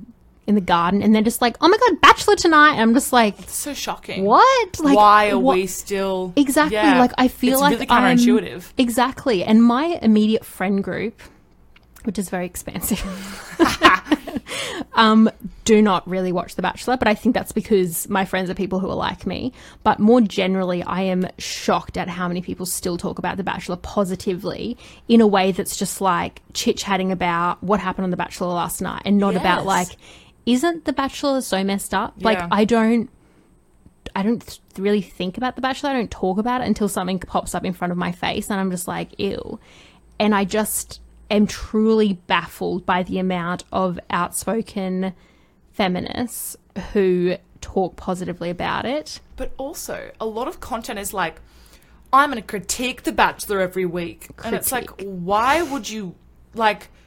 A: in the garden and they're just like, oh my god, bachelor tonight. And I'm just like,
B: It's so shocking.
A: what? Like,
B: Why are
A: what-
B: we still
A: Exactly.
B: Yeah.
A: Like I feel
B: it's
A: like
B: really
A: I'm-
B: counterintuitive.
A: exactly, and my immediate friend group, which is very expansive, um, do not really watch The Bachelor. But I think that's because my friends are people who are like me. But more generally, I am shocked at how many people still talk about The Bachelor positively in a way that's just like chit chatting about what happened on The Bachelor last night, and not about
B: Yes.
A: like, isn't The Bachelor so messed up? Like
B: Yeah.
A: I don't. I don't th- really think about The Bachelor. I don't talk about it until something pops up in front of my face and I'm just like, ew. And I just am truly baffled by the amount of outspoken feminists who talk positively about it.
B: But also, a lot of content is like, I'm going to critique The Bachelor every week. And it's like,
A: Critique.
B: why would you, like,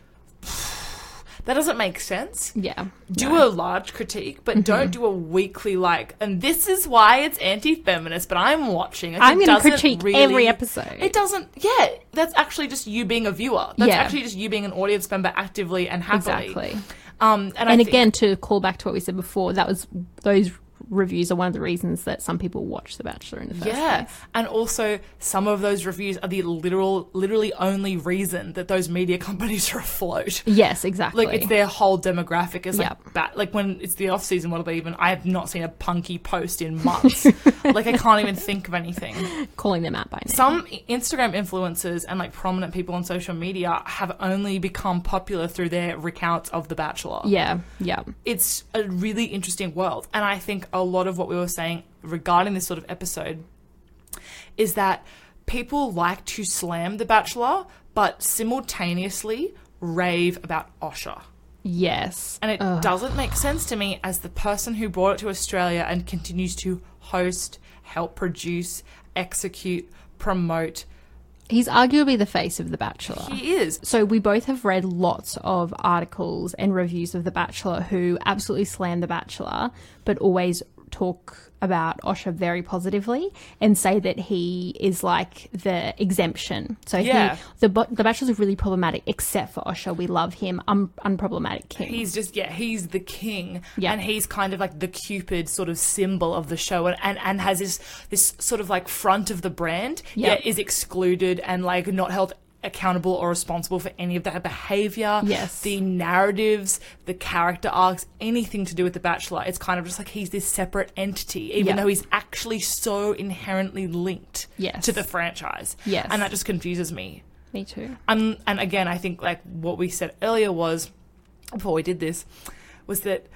B: that doesn't make sense.
A: Yeah.
B: Do a large critique,
A: Mm-hmm.
B: but don't do a weekly, like, and this is why it's anti feminist, but I'm watching. it.
A: I'm
B: It
A: gonna
B: doesn't
A: critique
B: really-
A: every episode.
B: It doesn't, yeah, that's actually just you being a viewer. That's
A: Yeah.
B: actually just you being an audience member actively and happily.
A: Exactly.
B: Um, and I
A: And
B: think-
A: again, to call back to what we said before, that was those reviews are one of the reasons that some people watch The Bachelor in the first
B: Yeah,
A: place.
B: and also some of those reviews are the literal, literally only reason that those media companies are afloat.
A: Yes, exactly.
B: Like it's their whole demographic is like
A: Yep.
B: bat. Like when it's the off season, what are they even? I have not seen a punky post in months. like I can't even think of anything.
A: Calling them out by name.
B: Some Instagram influencers and like prominent people on social media have only become popular through their recounts of The Bachelor
A: yeah, yeah.
B: it's a really interesting world. And I think a lot of what we were saying regarding this sort of episode is that people like to slam The Bachelor, but simultaneously rave about Osher.
A: Yes.
B: And it
A: Ugh.
B: doesn't make sense to me as the person who brought it to Australia and continues to host, help produce, execute, promote.
A: He's arguably the face of The Bachelor.
B: He is.
A: so we both have read lots of articles and reviews of The Bachelor who absolutely slam The Bachelor, but always talk about Osher very positively and say that he is like the exemption. So
B: Yeah.
A: he, the Bo- The Bachelor's really problematic, except for Osher. We love him. Un- unproblematic king.
B: He's just yeah, he's the king,
A: Yeah.
B: and he's kind of like the cupid sort of symbol of the show, and and, and has this this sort of like front of the brand,
A: Yeah.
B: yet is excluded and like not held accountable or responsible for any of that behavior.
A: Yes.
B: the narratives, the character arcs, anything to do with the Bachelor, it's kind of just like he's this separate entity, even
A: Yeah.
B: though he's actually so inherently linked
A: Yes.
B: to the franchise.
A: Yes.
B: and that just confuses me.
A: Me too.
B: Um, and again, I think like what we said earlier was before we did this was that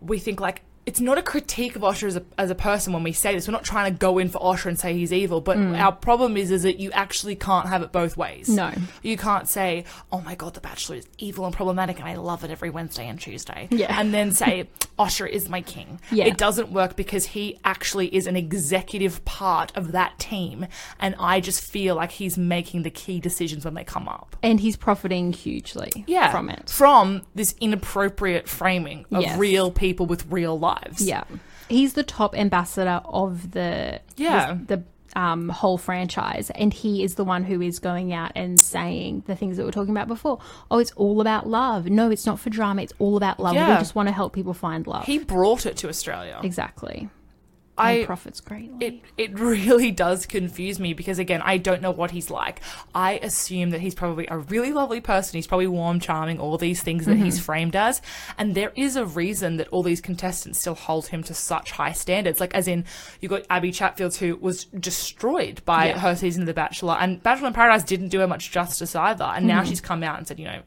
B: we think like it's not a critique of Osher as a, as a person when we say this. We're not trying to go in for Osher and say he's evil, but our problem is is that you actually can't have it both ways.
A: Mm. No.
B: You can't say, "Oh my god, the bachelor is evil and problematic and I love it every Wednesday and Tuesday."
A: Yeah.
B: And then say, "Osher is my king."
A: Yeah.
B: It doesn't work because he actually is an executive part of that team and I just feel like he's making the key decisions when they come up
A: and he's profiting hugely
B: yeah,
A: from it.
B: From this inappropriate framing of
A: Yes.
B: real people with real lives.
A: Yeah, he's the top ambassador of the
B: Yeah.
A: the, the um, whole franchise, and he is the one who is going out and saying the things that we are talking about before. Oh, it's all about love. No, it's not for drama. It's all about love. We
B: Yeah.
A: just want to help people find love.
B: He brought it to Australia.
A: exactly. and
B: I
A: profits greatly.
B: it it really does confuse me because again, I don't know what he's like. I assume that he's probably a really lovely person. He's probably warm, charming, all these things that
A: Mm-hmm.
B: he's framed as. And there is a reason that all these contestants still hold him to such high standards. Like as in you got Abby Chatfield who was destroyed by
A: Yeah.
B: her season of The Bachelor and Bachelor in Paradise didn't do her much justice either. And now
A: Mm-hmm.
B: she's come out and said, you know,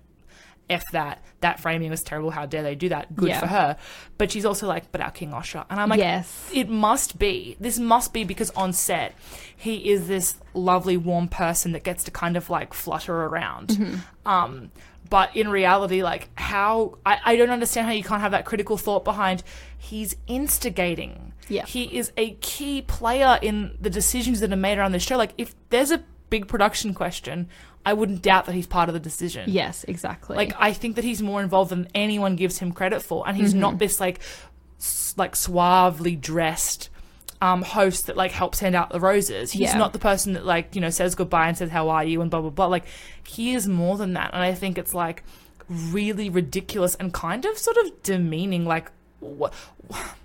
B: F that. That framing was terrible. How dare they do that? Good
A: Yeah.
B: for her. But she's also like, but our King Osha. And I'm like,
A: Yes.
B: it must be. This must be because on set, he is this lovely, warm person that gets to kind of like flutter around. Um, but in reality, like, how I, I don't understand how you can't have that critical thought behind he's instigating.
A: Yeah.
B: He is a key player in the decisions that are made around this show. Like, if there's a big production question, I wouldn't doubt that he's part of the decision.
A: yes, exactly.
B: Like I think that he's more involved than anyone gives him credit for, and he's
A: Mm-hmm.
B: not this like s- like suavely dressed um, host that like helps hand out the roses. He's
A: Yeah.
B: not the person that like you know says goodbye and says how are you and blah blah blah. Like he is more than that, and I think it's like really ridiculous and kind of sort of demeaning. Like what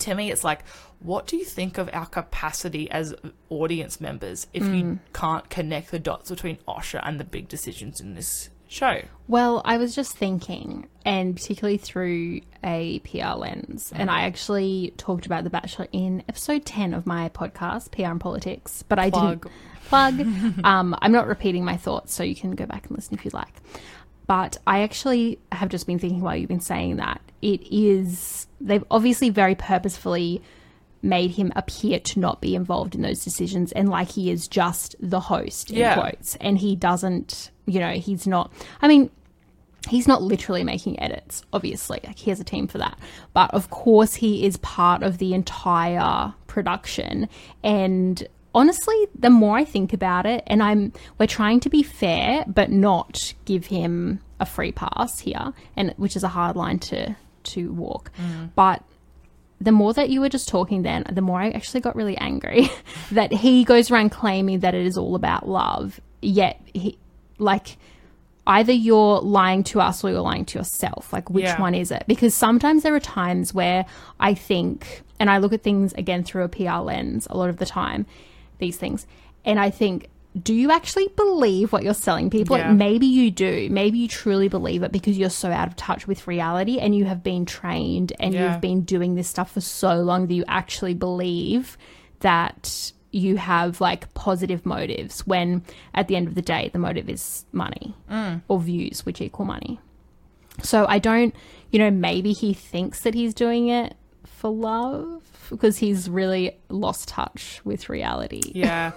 B: to me, it's like. What do you think of our capacity as audience members if
A: Mm.
B: you can't connect the dots between Osha and the big decisions in this show?
A: Well, I was just thinking, and particularly through a PR lens, and I actually talked about The Bachelor in episode 10 of my podcast, PR and Politics, but I
B: Plug.
A: didn't plug. um, I'm not repeating my thoughts, so you can go back and listen if you like. But I actually have just been thinking while you've been saying that. It is, they've obviously very purposefully made him appear to not be involved in those decisions and like he is just the host, in
B: Yeah.
A: quotes. And he doesn't, you know, he's not, I mean, he's not literally making edits, obviously. Like he has a team for that. But of course he is part of the entire production. And honestly, the more I think about it, and I'm we're trying to be fair but not give him a free pass here, and which is a hard line to to walk. But the more that you were just talking then, the more I actually got really angry that he goes around claiming that it is all about love. Yet he like either you're lying to us or you're lying to yourself. Like which
B: Yeah.
A: one is it? Because sometimes there are times where I think and I look at things again through a PR lens a lot of the time, these things, and I think do you actually believe what you're selling people? Like,
B: Yeah.
A: maybe you do. Maybe you truly believe it because you're so out of touch with reality and you have been trained and
B: Yeah.
A: you've been been doing this stuff for so long that you actually believe that you have like positive motives when at the end of the day the motive is money
B: Mm.
A: or views which equal money so i don't you know maybe he thinks that he's doing it for love because he's really lost touch with reality
B: Yeah.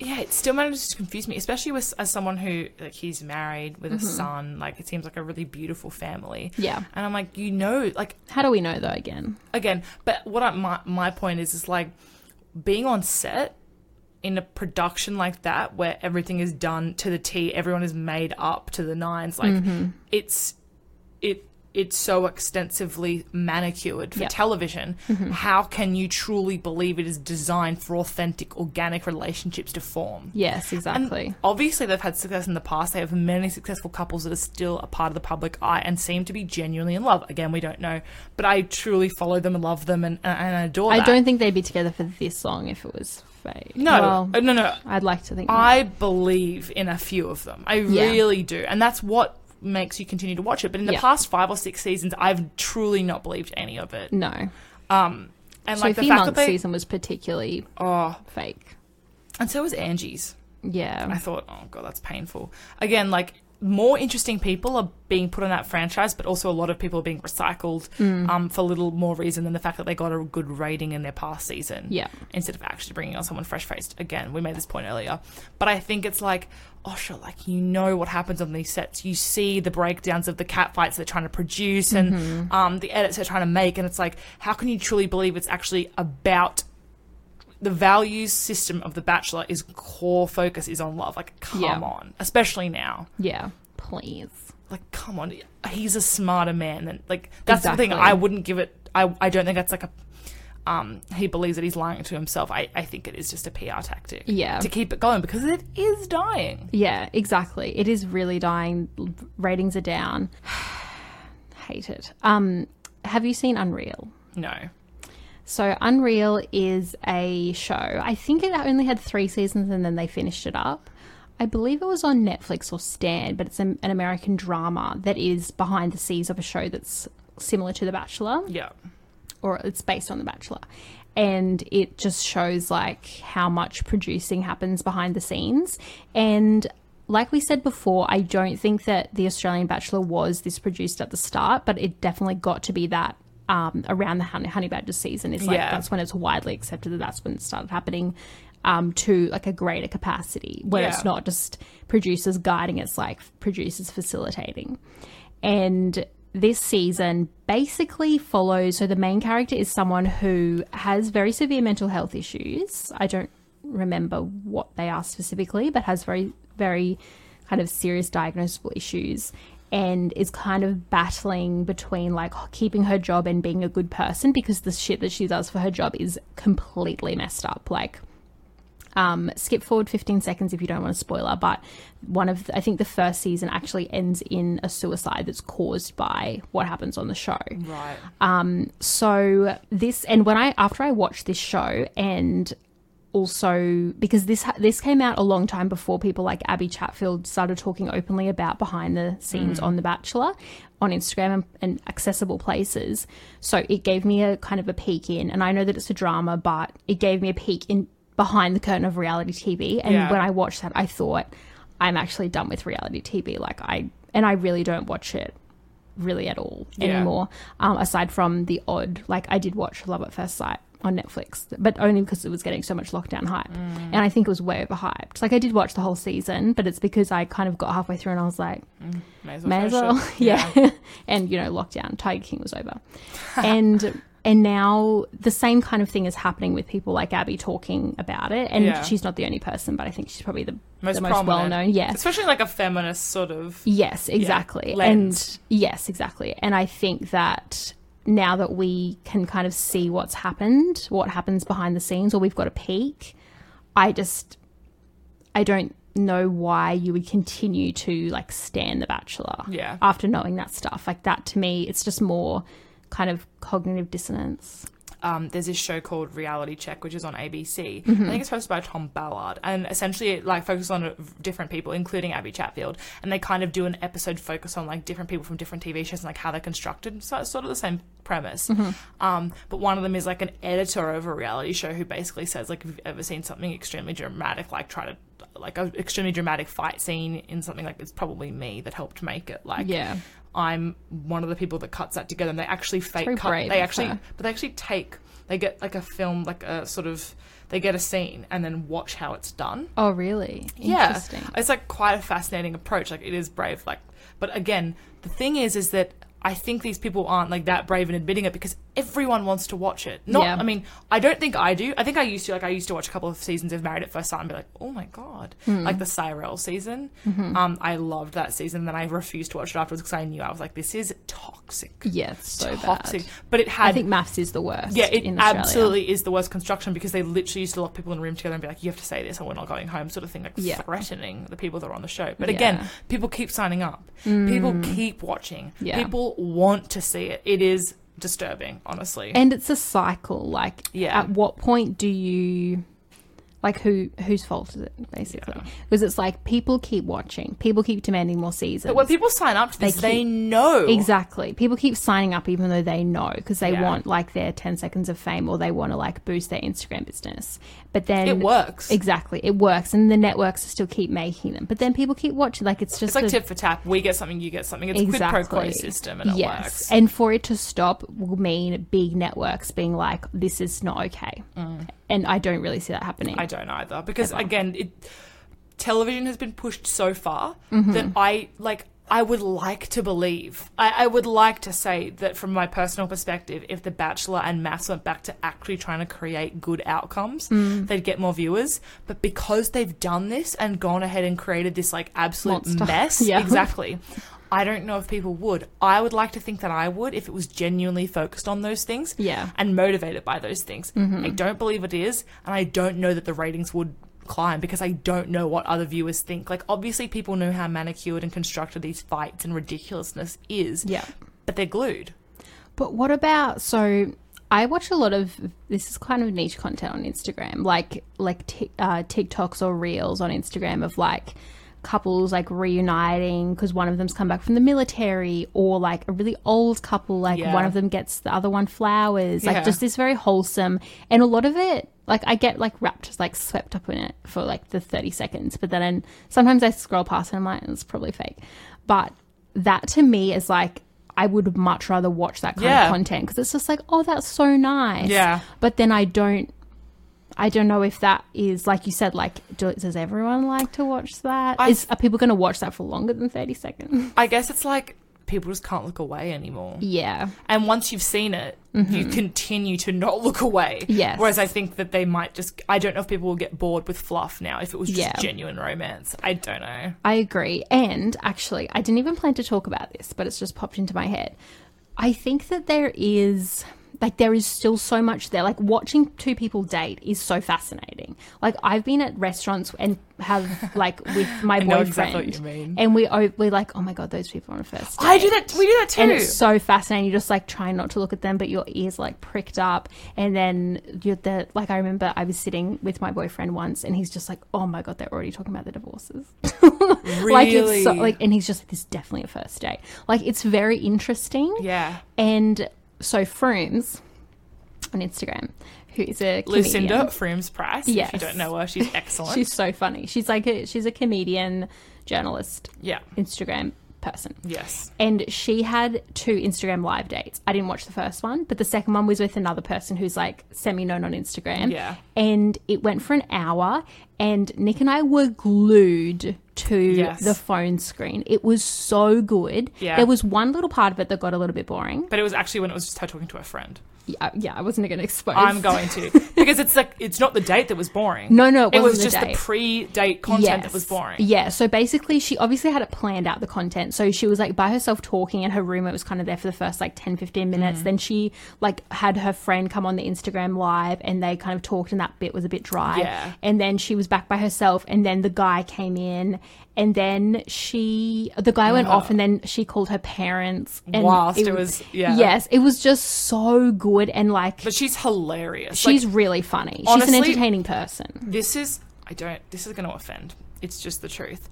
B: yeah, it still manages to confuse me, especially with as someone who like he's married
A: Mm-hmm.
B: with a son, like it seems like a really beautiful family.
A: Yeah.
B: And I'm like, you know, like
A: how do we know though again
B: again, but what I, my my point is is like being on set in a production like that where everything is done to the T, everyone is made up to the nines. Like it's it it's so extensively manicured for
A: Yep.
B: television. How can you truly believe it is designed for authentic, organic relationships to form?
A: yes exactly
B: And obviously, they've had success in the past. They have many successful couples that are still a part of the public eye and seem to be genuinely in love. Again, we don't know, but I truly follow them and love them and, and, and adore
A: i
B: that.
A: don't think they'd be together for this long if it was fake
B: No,
A: well,
B: uh, no, no.
A: i'd like to think not.
B: I believe in a few of them. I
A: Yeah.
B: really do, and that's what makes you continue to watch it. But in the
A: Yeah.
B: past five or six seasons, I've truly not believed any of it.
A: no
B: Um, and like the
A: Sophie
B: fact
A: Monk's
B: that they,
A: season was particularly
B: oh,
A: fake.
B: and so was Angie's.
A: Yeah.
B: I thought, oh god, that's painful. Again, like more interesting people are being put on that franchise, but also a lot of people are being recycled um, for little more reason than the fact that they got a good rating in their past season.
A: Yeah.
B: Instead of actually bringing on someone fresh faced. Again, we made this point earlier. But I think it's like, oh, sure, like, you know what happens on these sets. You see the breakdowns of the cat fights they're trying to produce and um, the edits they're trying to make. And it's like, how can you truly believe it's actually about the values system of The Bachelor is core focus is on love? Like, come
A: Yeah.
B: on. Especially now
A: Yeah. Please.
B: like come on he's a smarter man than like that's the thing
A: Exactly.
B: i wouldn't give it i i don't think that's like a um he believes that he's lying to himself i i think it is just a pr tactic
A: Yeah.
B: to keep it going because it is dying
A: Yeah, exactly. It is really dying. L- Ratings are down. Hate it. Um, have you seen Unreal?
B: no
A: So Unreal is a show. I think it only had three seasons and then they finished it up. I believe it was on Netflix or Stan, but it's an, an American drama that is behind the scenes of a show that's similar to The Bachelor
B: yeah
A: or it's based on The Bachelor. And it just shows like how much producing happens behind the scenes. And like we said before, I don't think that The Australian Bachelor was this produced at the start, but it definitely got to be that um, around the Honey, honey Badger season. It's like
B: Yeah.
A: that's when it's widely accepted that that's when it started happening um, to like a greater capacity, where
B: Yeah.
A: it's not just producers guiding, it's like producers facilitating and this season basically follows so the main character is someone who has very severe mental health issues i don't remember what they are specifically but has very very kind of serious diagnosable issues and is kind of battling between like keeping her job and being a good person because the shit that she does for her job is completely messed up like um, skip forward 15 seconds if you don't want a spoiler, but one of I think the first season actually ends in a suicide that's caused by what happens on the show.
B: right
A: Um, So this and when I after I watched this show and also because this ha- this came out a long time before people like Abby Chatfield started talking openly about behind the scenes on The Bachelor on Instagram and, and accessible places. So it gave me a kind of a peek in, and I know that it's a drama, but it gave me a peek in behind the curtain of reality TV. And
B: Yeah.
A: when I watched that, I thought I'm actually done with reality TV. Like I and I really don't watch it really at all
B: Yeah.
A: anymore. Um, aside from the odd, like I did watch Love at First Sight on Netflix, but only because it was getting so much lockdown hype,
B: Mm.
A: and I think it was way overhyped. Like I did watch the whole season, but it's because I kind of got halfway through and I was like,
B: may as
A: may as
B: finish it.
A: well, yeah. and you know, lockdown, Tiger King was over, and. And now the same kind of thing is happening with people like Abby talking about it, and
B: Yeah.
A: she's not the only person, but I think she's probably the
B: Most
A: the most
B: prominent.
A: well known. Yeah,
B: especially like a feminist sort of
A: Yes, exactly.
B: lens.
A: And yes, exactly. And I think that now that we can kind of see what's happened, what happens behind the scenes, or we've got a peek, I just I don't know why you would continue to like stand The Bachelor
B: Yeah.
A: after knowing that stuff. Like that to me, it's just more kind of cognitive dissonance.
B: um, there's this show called Reality Check, which is on ABC. I think it's hosted by Tom Ballard, and essentially it like focuses on uh, different people, including Abby Chatfield, and they kind of do an episode focus on like different people from different TV shows and like how they're constructed. So it's sort of the same premise. Um, but one of them is like an editor of a reality show who basically says like, if you've ever seen something extremely dramatic, like try to like an extremely dramatic fight scene in something like it's probably me that helped make it. Like
A: Yeah.
B: I'm one of the people that cuts that together, and they actually fake
A: very
B: cut.
A: brave
B: They
A: of
B: actually,
A: her.
B: but they actually take. They get like a film, like a sort of. They get a scene and then watch how it's done.
A: Oh really?
B: Yeah,
A: Interesting.
B: it's like quite a fascinating approach. Like it is brave. Like, but again, the thing is, is that I think these people aren't like that brave in admitting it because everyone wants to watch it. Not,
A: Yeah.
B: I mean, I don't think I do. I think I used to like I used to watch a couple of seasons of Married at First Sight and be like, oh my god,
A: Hmm.
B: like the Cyrell season.
A: Mm-hmm.
B: Um, I loved that season. Then I refused to watch it afterwards because I knew I was like, this is toxic.
A: Yeah, it's so
B: toxic.
A: bad.
B: But it
A: I
B: had
A: think maths is the worst.
B: yeah, it
A: in Australia.
B: absolutely is the worst construction because they literally used to lock people in a room together and be like, "You have to say this, or we're not going home," sort of thing, like
A: Yeah.
B: threatening the people that are on the show. But
A: Yeah. Mm.
B: again, people keep signing up, people keep watching,
A: Yeah.
B: people want to see it. It is disturbing, honestly.
A: and it's a cycle like
B: Yeah.
A: at what point do you Like who whose fault is it basically? Because it's like people keep watching, people keep demanding more seasons.
B: But when people sign up to this,
A: keep-
B: they, know
A: Exactly. People keep signing up even though they know because they
B: Yeah.
A: want like their 10 seconds of fame or they want to like boost their Instagram business. But then
B: it works.
A: Exactly. It works and the networks still keep making them. But then people keep watching like it's just
B: It's like
A: a-
B: tip for tap. We get something, you get something. It's a quick pro quo system, and it
A: yes.
B: works.
A: And for it to stop will mean big networks being like, this is not okay. And I don't really see that happening.
B: Mm. I don't either because again, it, television has been pushed so far
A: Mm-hmm.
B: that I like. I would like to believe. I, I would like to say that from my personal perspective, if The Bachelor and Mass went back to actually trying to create good outcomes,
A: Mm.
B: they'd get more viewers. But because they've done this and gone ahead and created this like absolute
A: Monster.
B: mess,
A: Yeah.
B: exactly. I don't know if people would. I would like to think that I would if it was genuinely focused on those things
A: Yeah.
B: and motivated by those things.
A: Mm-hmm.
B: I don't believe it is, and I don't know that the ratings would climb because I don't know what other viewers think. Like, obviously, people know how manicured and constructed these fights and ridiculousness is,
A: Yeah.
B: but they're glued.
A: But what about so? I watch a lot of this is kind of niche content on Instagram, like like t- uh, TikToks or Reels on Instagram of like couples like reuniting because one of them's come back from the military or like a really old couple like
B: Yeah.
A: one of them gets the other one flowers
B: Yeah.
A: like just this very wholesome and a lot of it like i get like wrapped like swept up in it for like the 30 seconds but then sometimes i scroll past and i'm like it's probably fake but that to me is like I would much rather watch that kind
B: Yeah.
A: of content because it's just like, oh, that's so nice.
B: Yeah.
A: But then I don't, I don't know if that is like you said. Like, do, does everyone like to watch that? Is
B: I-
A: are people going to watch that for longer than thirty seconds?
B: I guess it's like people just can't look away anymore.
A: yeah. Mm-hmm.
B: And once you've seen it, you continue to not look away.
A: Yes.
B: Whereas I think that they might just, I don't know if people will get bored with fluff now if it was just
A: Yeah.
B: genuine romance. I don't know.
A: I agree. And actually, I didn't even plan to talk about this, but it's just popped into my head. I think that there is like there is still so much there. Like watching two people date is so fascinating. Like I've been at restaurants and have like with my
B: know
A: boyfriend,
B: exactly what you mean.
A: and we o- we're like, oh my god, those people on a first.
B: I do
A: date."
B: that, we do that too.
A: And it's so fascinating. You're just like trying not to look at them, but your ears are, like pricked up. And then you're the like I remember I was sitting with my boyfriend once, and he's just like, "Oh my god, they're already talking about the divorces."
B: really?
A: Like it's so, like, and he's just like, this is definitely a first date. Like it's very interesting.
B: yeah.
A: And so Frooms on Instagram, who is a comedian.
B: Lucinda Frooms Price. If you
A: Yes.
B: don't know her, she's excellent.
A: She's so funny. She's like a, she's a comedian, journalist,
B: yeah.
A: Instagram person.
B: Yes.
A: And she had two Instagram live dates. I didn't watch the first one, but the second one was with another person who's like semi known on Instagram.
B: Yeah.
A: And it went for an hour, and Nick and I were glued to
B: Yes.
A: the phone screen. It was so good.
B: Yeah.
A: There was one little part of it that got a little bit boring.
B: But it was actually when it was just her talking to a friend.
A: Yeah, yeah I wasn't going to expose.
B: I'm going to because it's like it's not the date that was boring.
A: No, no, it
B: it was
A: wasn't the
B: just the
A: date.
B: pre-date content that was boring.
A: Yeah. So basically, she obviously had it planned out the content. So she was like by herself talking in her room. It was kind of there for the first like 10, 15
B: Mm.
A: minutes. Then she like had her friend come on the Instagram live and they kind of talked, and that bit was a bit dry.
B: Yeah.
A: And then she was back by herself, and then the guy came in, and then she, the guy went off, and then she called her parents. And
B: Whilst it was- yeah.
A: Yes. It was just so good. And like,
B: But she's hilarious.
A: she's
B: like,
A: really funny. she's
B: honestly-
A: an entertaining person.
B: this is I don't this is going to offend. It's just the truth.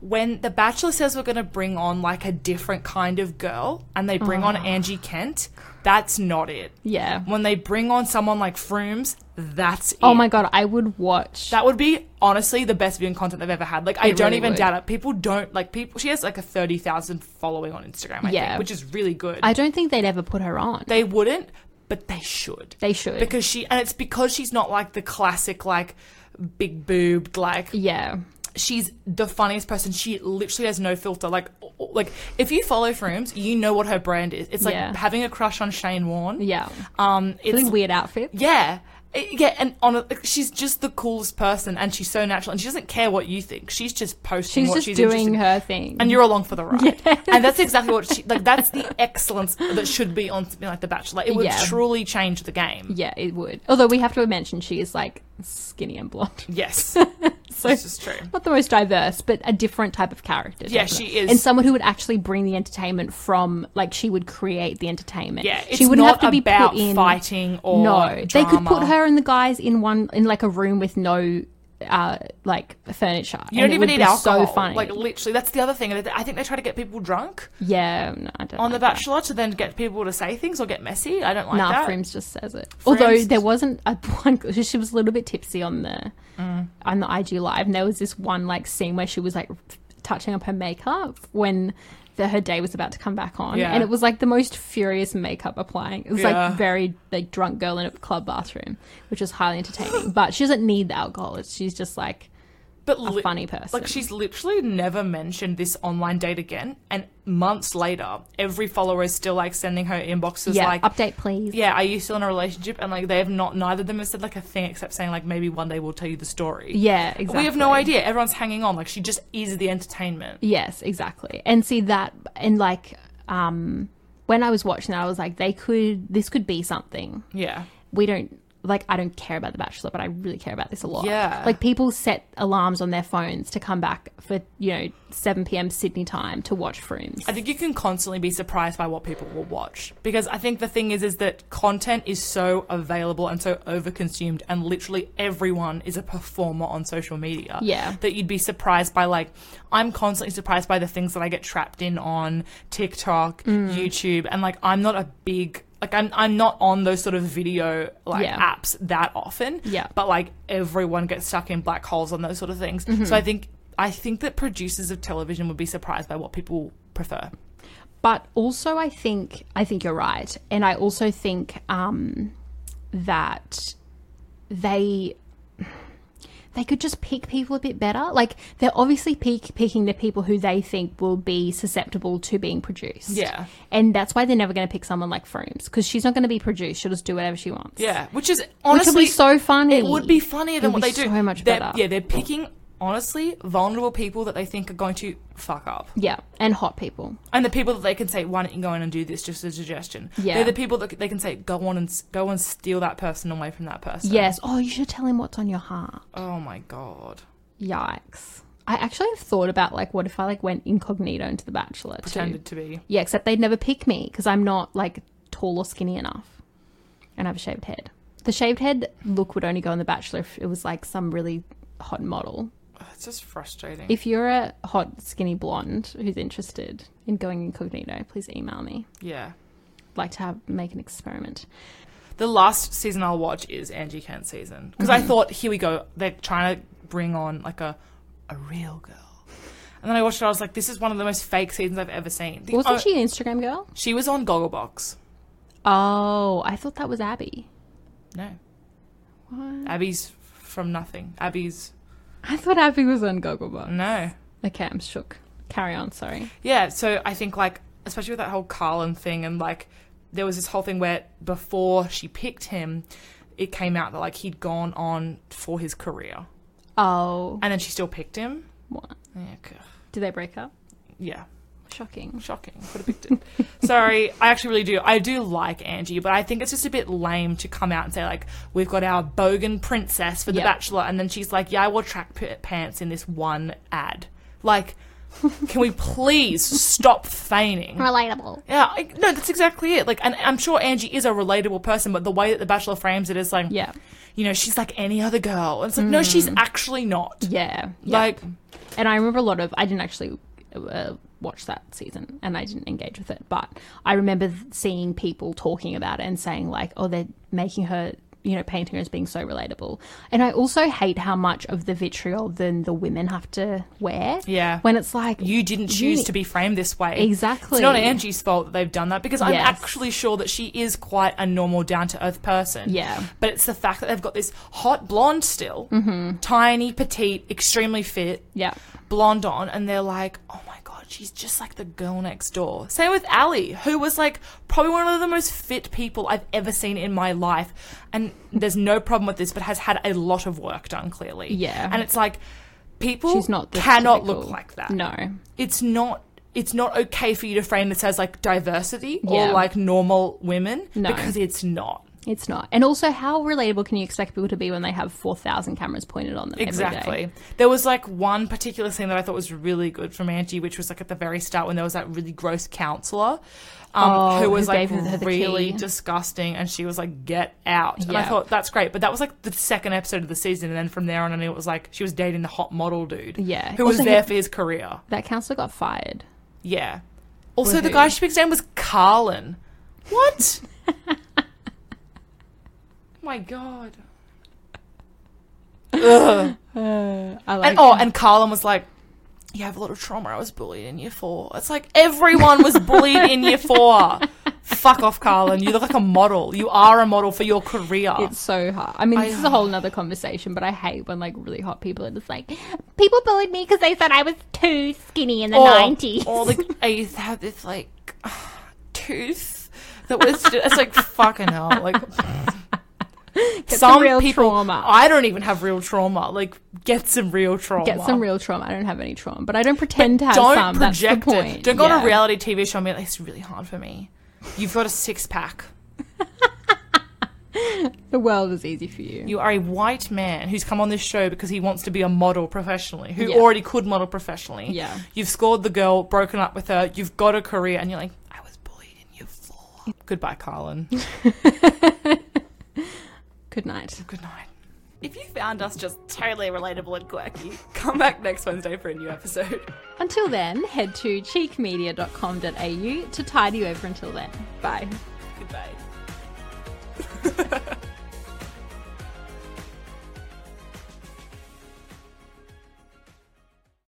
B: When The Bachelor says we're going to bring on like a different kind of girl and they bring on Angie Kent, that's not it.
A: Ah. Yeah.
B: When they bring on someone like Frooms, that's it.
A: Oh my god, I would watch.
B: That would be honestly the best viewing content they've ever had. Like I
A: It
B: don't
A: really
B: even
A: would.
B: doubt it. People don't like people. She has like a thirty thousand following on Instagram, I
A: Yeah.
B: think, which is really good.
A: I don't think they'd ever put her on. They,
B: they wouldn't, but they should
A: should.
B: because she and it's because she's not like the classic like big boobed like
A: yeah.
B: she's the funniest person. She literally has no filter. Like, o- o- like if you follow Frooms, you know what her brand is. It's like
A: Yeah.
B: having a crush on Shane Warne.
A: Yeah.
B: Um, it's
A: Really weird outfit.
B: yeah. It- Yeah, and on a, like, she's just the coolest person, and she's so natural, and she doesn't care what you think. She's just posting
A: She's
B: what
A: just
B: she's
A: doing
B: interested in,
A: her thing.
B: and you're along for the ride. And that's exactly what she like. That's the excellence that should be on something like The Bachelor. Like, it would
A: Yeah.
B: truly change the game.
A: yeah, it would. Although we have to mention she is like skinny and blonde.
B: Yes,
A: so
B: This is true.
A: not the most diverse, but a different type of character.
B: Yeah,
A: definitely.
B: she is.
A: and someone who would actually bring the entertainment from, like, she would create the entertainment.
B: Yeah, it's
A: she wouldn't
B: not
A: have to be
B: about
A: put in
B: fighting or
A: no, they could put
B: drama.
A: her and the guys in one in like a room with no, uh, like furniture.
B: You
A: and
B: don't
A: it
B: even
A: would
B: need
A: be
B: alcohol.
A: So funny.
B: Like literally, that's the other thing. I think they try to get people drunk
A: yeah, no, I don't
B: on The
A: like that.
B: Bachelor to then get people to say things or get messy. I don't like
A: Nah,
B: that.
A: Frims just says it. Although
B: Frims-
A: there wasn't a one, 'cause she was a little bit tipsy on the
B: Mm.
A: on the IG live, and there was this one like scene where she was like touching up her makeup when the, her day was about to come back on,
B: Yeah.
A: and it was like the most furious makeup applying. It was
B: Yeah.
A: like very like drunk girl in a club bathroom, which is highly entertaining. but she doesn't need the alcohol; It's- she's just like
B: but
A: a
B: li-
A: funny person.
B: Like she's literally never mentioned this online date again, and months later, every follower is still like sending her inboxes
A: yeah,
B: like,
A: update please.
B: "Yeah, are you still in a relationship?" And like they have not, neither of them has said like a thing except saying like, "Maybe one day we'll tell you the story."
A: Yeah, exactly.
B: We have no idea. Everyone's hanging on. Like she just is the entertainment.
A: Yes, exactly. And see that, and like, um, when I was watching that, I was like, they could, this could be something.
B: Yeah.
A: We don't, like, I don't care about The Bachelor, but I really care about this a lot.
B: Yeah.
A: Like, people set alarms on their phones to come back for, you know, 7 p.m. Sydney time to watch Frooms.
B: I think you can constantly be surprised by what people will watch because I think the thing is is that content is so available and so overconsumed and literally everyone is a performer on social media.
A: Yeah.
B: That you'd be surprised by like I'm constantly surprised by the things that I get trapped in on TikTok,
A: Mm.
B: YouTube and like I'm not a big like I'm I'm not on those sort of video like
A: Yeah.
B: apps that often.
A: Yeah.
B: But like everyone gets stuck in black holes on those sort of things.
A: Mm-hmm.
B: So I think I think that producers of television would be surprised by what people prefer.
A: but also i think i think you're right and i also think um that they they could just pick people a bit better like they're obviously pick, picking the people who they think will be susceptible to being produced
B: Yeah.
A: and that's why they're never going to pick someone like Frooms because she's not going to be produced she'll just do whatever she wants
B: Yeah, which is
A: which
B: honestly
A: would be so funny
B: It would be funnier than
A: It would
B: what they
A: be
B: do.
A: so much
B: They're-
A: better.
B: Yeah, they're picking honestly vulnerable people that they think are going to fuck up,
A: yeah and hot people
B: and the people that they can say, "Why don't you go in and do this?" Just as a suggestion.
A: Yeah.
B: they're the people that they can say, "Go on and s- go and steal that person away from that person."
A: yes oh you should tell him what's on your heart
B: Oh my god.
A: yikes i actually have thought about like what if i like went incognito into the bachelor too?
B: Pretended to be.
A: Yeah, except they'd never pick me because I'm not like tall or skinny enough, and I have a shaved head. The shaved head look would only go on The Bachelor if it was like some really hot model.
B: Ugh, It's just frustrating.
A: If you're a hot skinny blonde who's interested in going incognito, please email me.
B: yeah.
A: I'd like to have make an experiment.
B: The last season I'll watch is Angie Kent's season because I thought, here we go, they're trying to bring on like a a real girl. And then I watched it. I was like, this is one of the most fake seasons I've ever seen. The
A: Wasn't
B: o-
A: she an Instagram girl?
B: She was on Gogglebox.
A: Oh, I thought that was Abby.
B: No.
A: Mm.
B: Abby's from nothing. Abby's
A: I thought Abby was on Gogglebot.
B: no.
A: Okay, I'm shook. Carry on. Sorry.
B: Yeah, so I think like especially with that whole Carlin thing and like there was this whole thing where before she picked him, it came out that like he'd gone on for his career.
A: Oh,
B: And then she still picked him.
A: what?
B: Yeah. ugh.
A: Did they break up?
B: Yeah.
A: Shocking.
B: Shocking. Could have picked it. Sorry, I actually really do. I do like Angie, but I think it's just a bit lame to come out and say, like, we've got our bogan princess for The
A: Yeah.
B: Bachelor, and then she's like, yeah, I wore track p- pants in this one ad. Like, can we please stop feigning?
A: Relatable.
B: Yeah, I, no, that's exactly it. Like, and I'm sure Angie is a relatable person, but the way that The Bachelor frames it is like,
A: Yeah.
B: you know, she's like any other girl. And it's like, no, she's actually not.
A: Yeah. yeah.
B: Like,
A: and I remember a lot of. I didn't actually uh, watch that season, and I didn't engage with it, but I remember th- seeing people talking about it and saying like, "Oh, they're making her." You know, painting her as being so relatable, and I also hate how much of the vitriol then the women have to wear.
B: Yeah.
A: when it's like
B: you didn't choose
A: You-
B: to be framed this way.
A: Exactly.
B: It's not Angie's fault that they've done that because I'm
A: Yes.
B: actually sure that she is quite a normal, down to earth person.
A: Yeah.
B: But it's the fact that they've got this hot blonde still,
A: Mm-hmm.
B: tiny, petite, extremely fit,
A: yeah,
B: blonde on, and they're like, oh my god, she's just like the girl next door. Same with Ali, who was like probably one of the most fit people I've ever seen in my life. And there's no problem with this, but has had a lot of work done, clearly.
A: Yeah.
B: And it's like, people
A: she's not the
B: cannot
A: typical-
B: look like that
A: No,
B: it's not it's not okay for you to frame this as like diversity
A: Yeah.
B: or like normal women
A: No.
B: because it's not.
A: It's not. And also, how relatable can you expect people to be when they have 4,000 cameras pointed on them? every day?
B: Exactly. There was like one particular scene that I thought was really good from Angie, which was like at the very start when there was that really gross counselor um,
A: Oh,
B: who was
A: who
B: like
A: gave her the
B: really
A: key.
B: disgusting, and she was like, "Get out!" And I
A: Yeah.
B: thought that's great, but that was like the second episode of the season, and then from there on, I knew it was like she was dating the hot model dude,
A: Yeah.
B: who was
A: Also,
B: there
A: he-
B: for his career.
A: That counselor got fired.
B: Yeah. Also, the
A: Woohoo.
B: guy she picked name was Carlin. What? My God. Ugh.
A: Uh, I like
B: And oh, and Carlin was like, "You have a lot of trauma. I was bullied in year four. It's like everyone was bullied in year four. Fuck off, Carlin. You look like a model. You are a model for your career.
A: it's so hard. I mean,
B: oh. I-
A: this is a whole nother conversation, but I hate when like really hot people are just like, people bullied me because they said I was too skinny in the
B: Or-
A: 90s.
B: Or the I used to have this like tooth that was. ju- It's like fucking hell. Like some
A: real
B: people.
A: trauma.
B: I don't even have real trauma. Like get some real trauma.
A: Get some real trauma. I don't have any trauma, but I don't pretend to have
B: don't
A: some.
B: project
A: That's the point.
B: it. Don't go on
A: Yeah.
B: a reality TV show and be like, "It's really hard for me. You've got a six pack."
A: The world is easy for you.
B: You are a white man who's come on this show because he wants to be a model professionally, who
A: Yeah.
B: already could model professionally.
A: Yeah.
B: You've scored the girl, broken up with her, you've got a career, and you're like, I was bullied in year four. Goodbye, Carlin.
A: Good night.
B: Good night.
C: If you found us just totally relatable and quirky, come back next Wednesday for a new episode.
A: Until then, head to cheekmedia.com.au to tidy over until then. Bye.
C: Goodbye.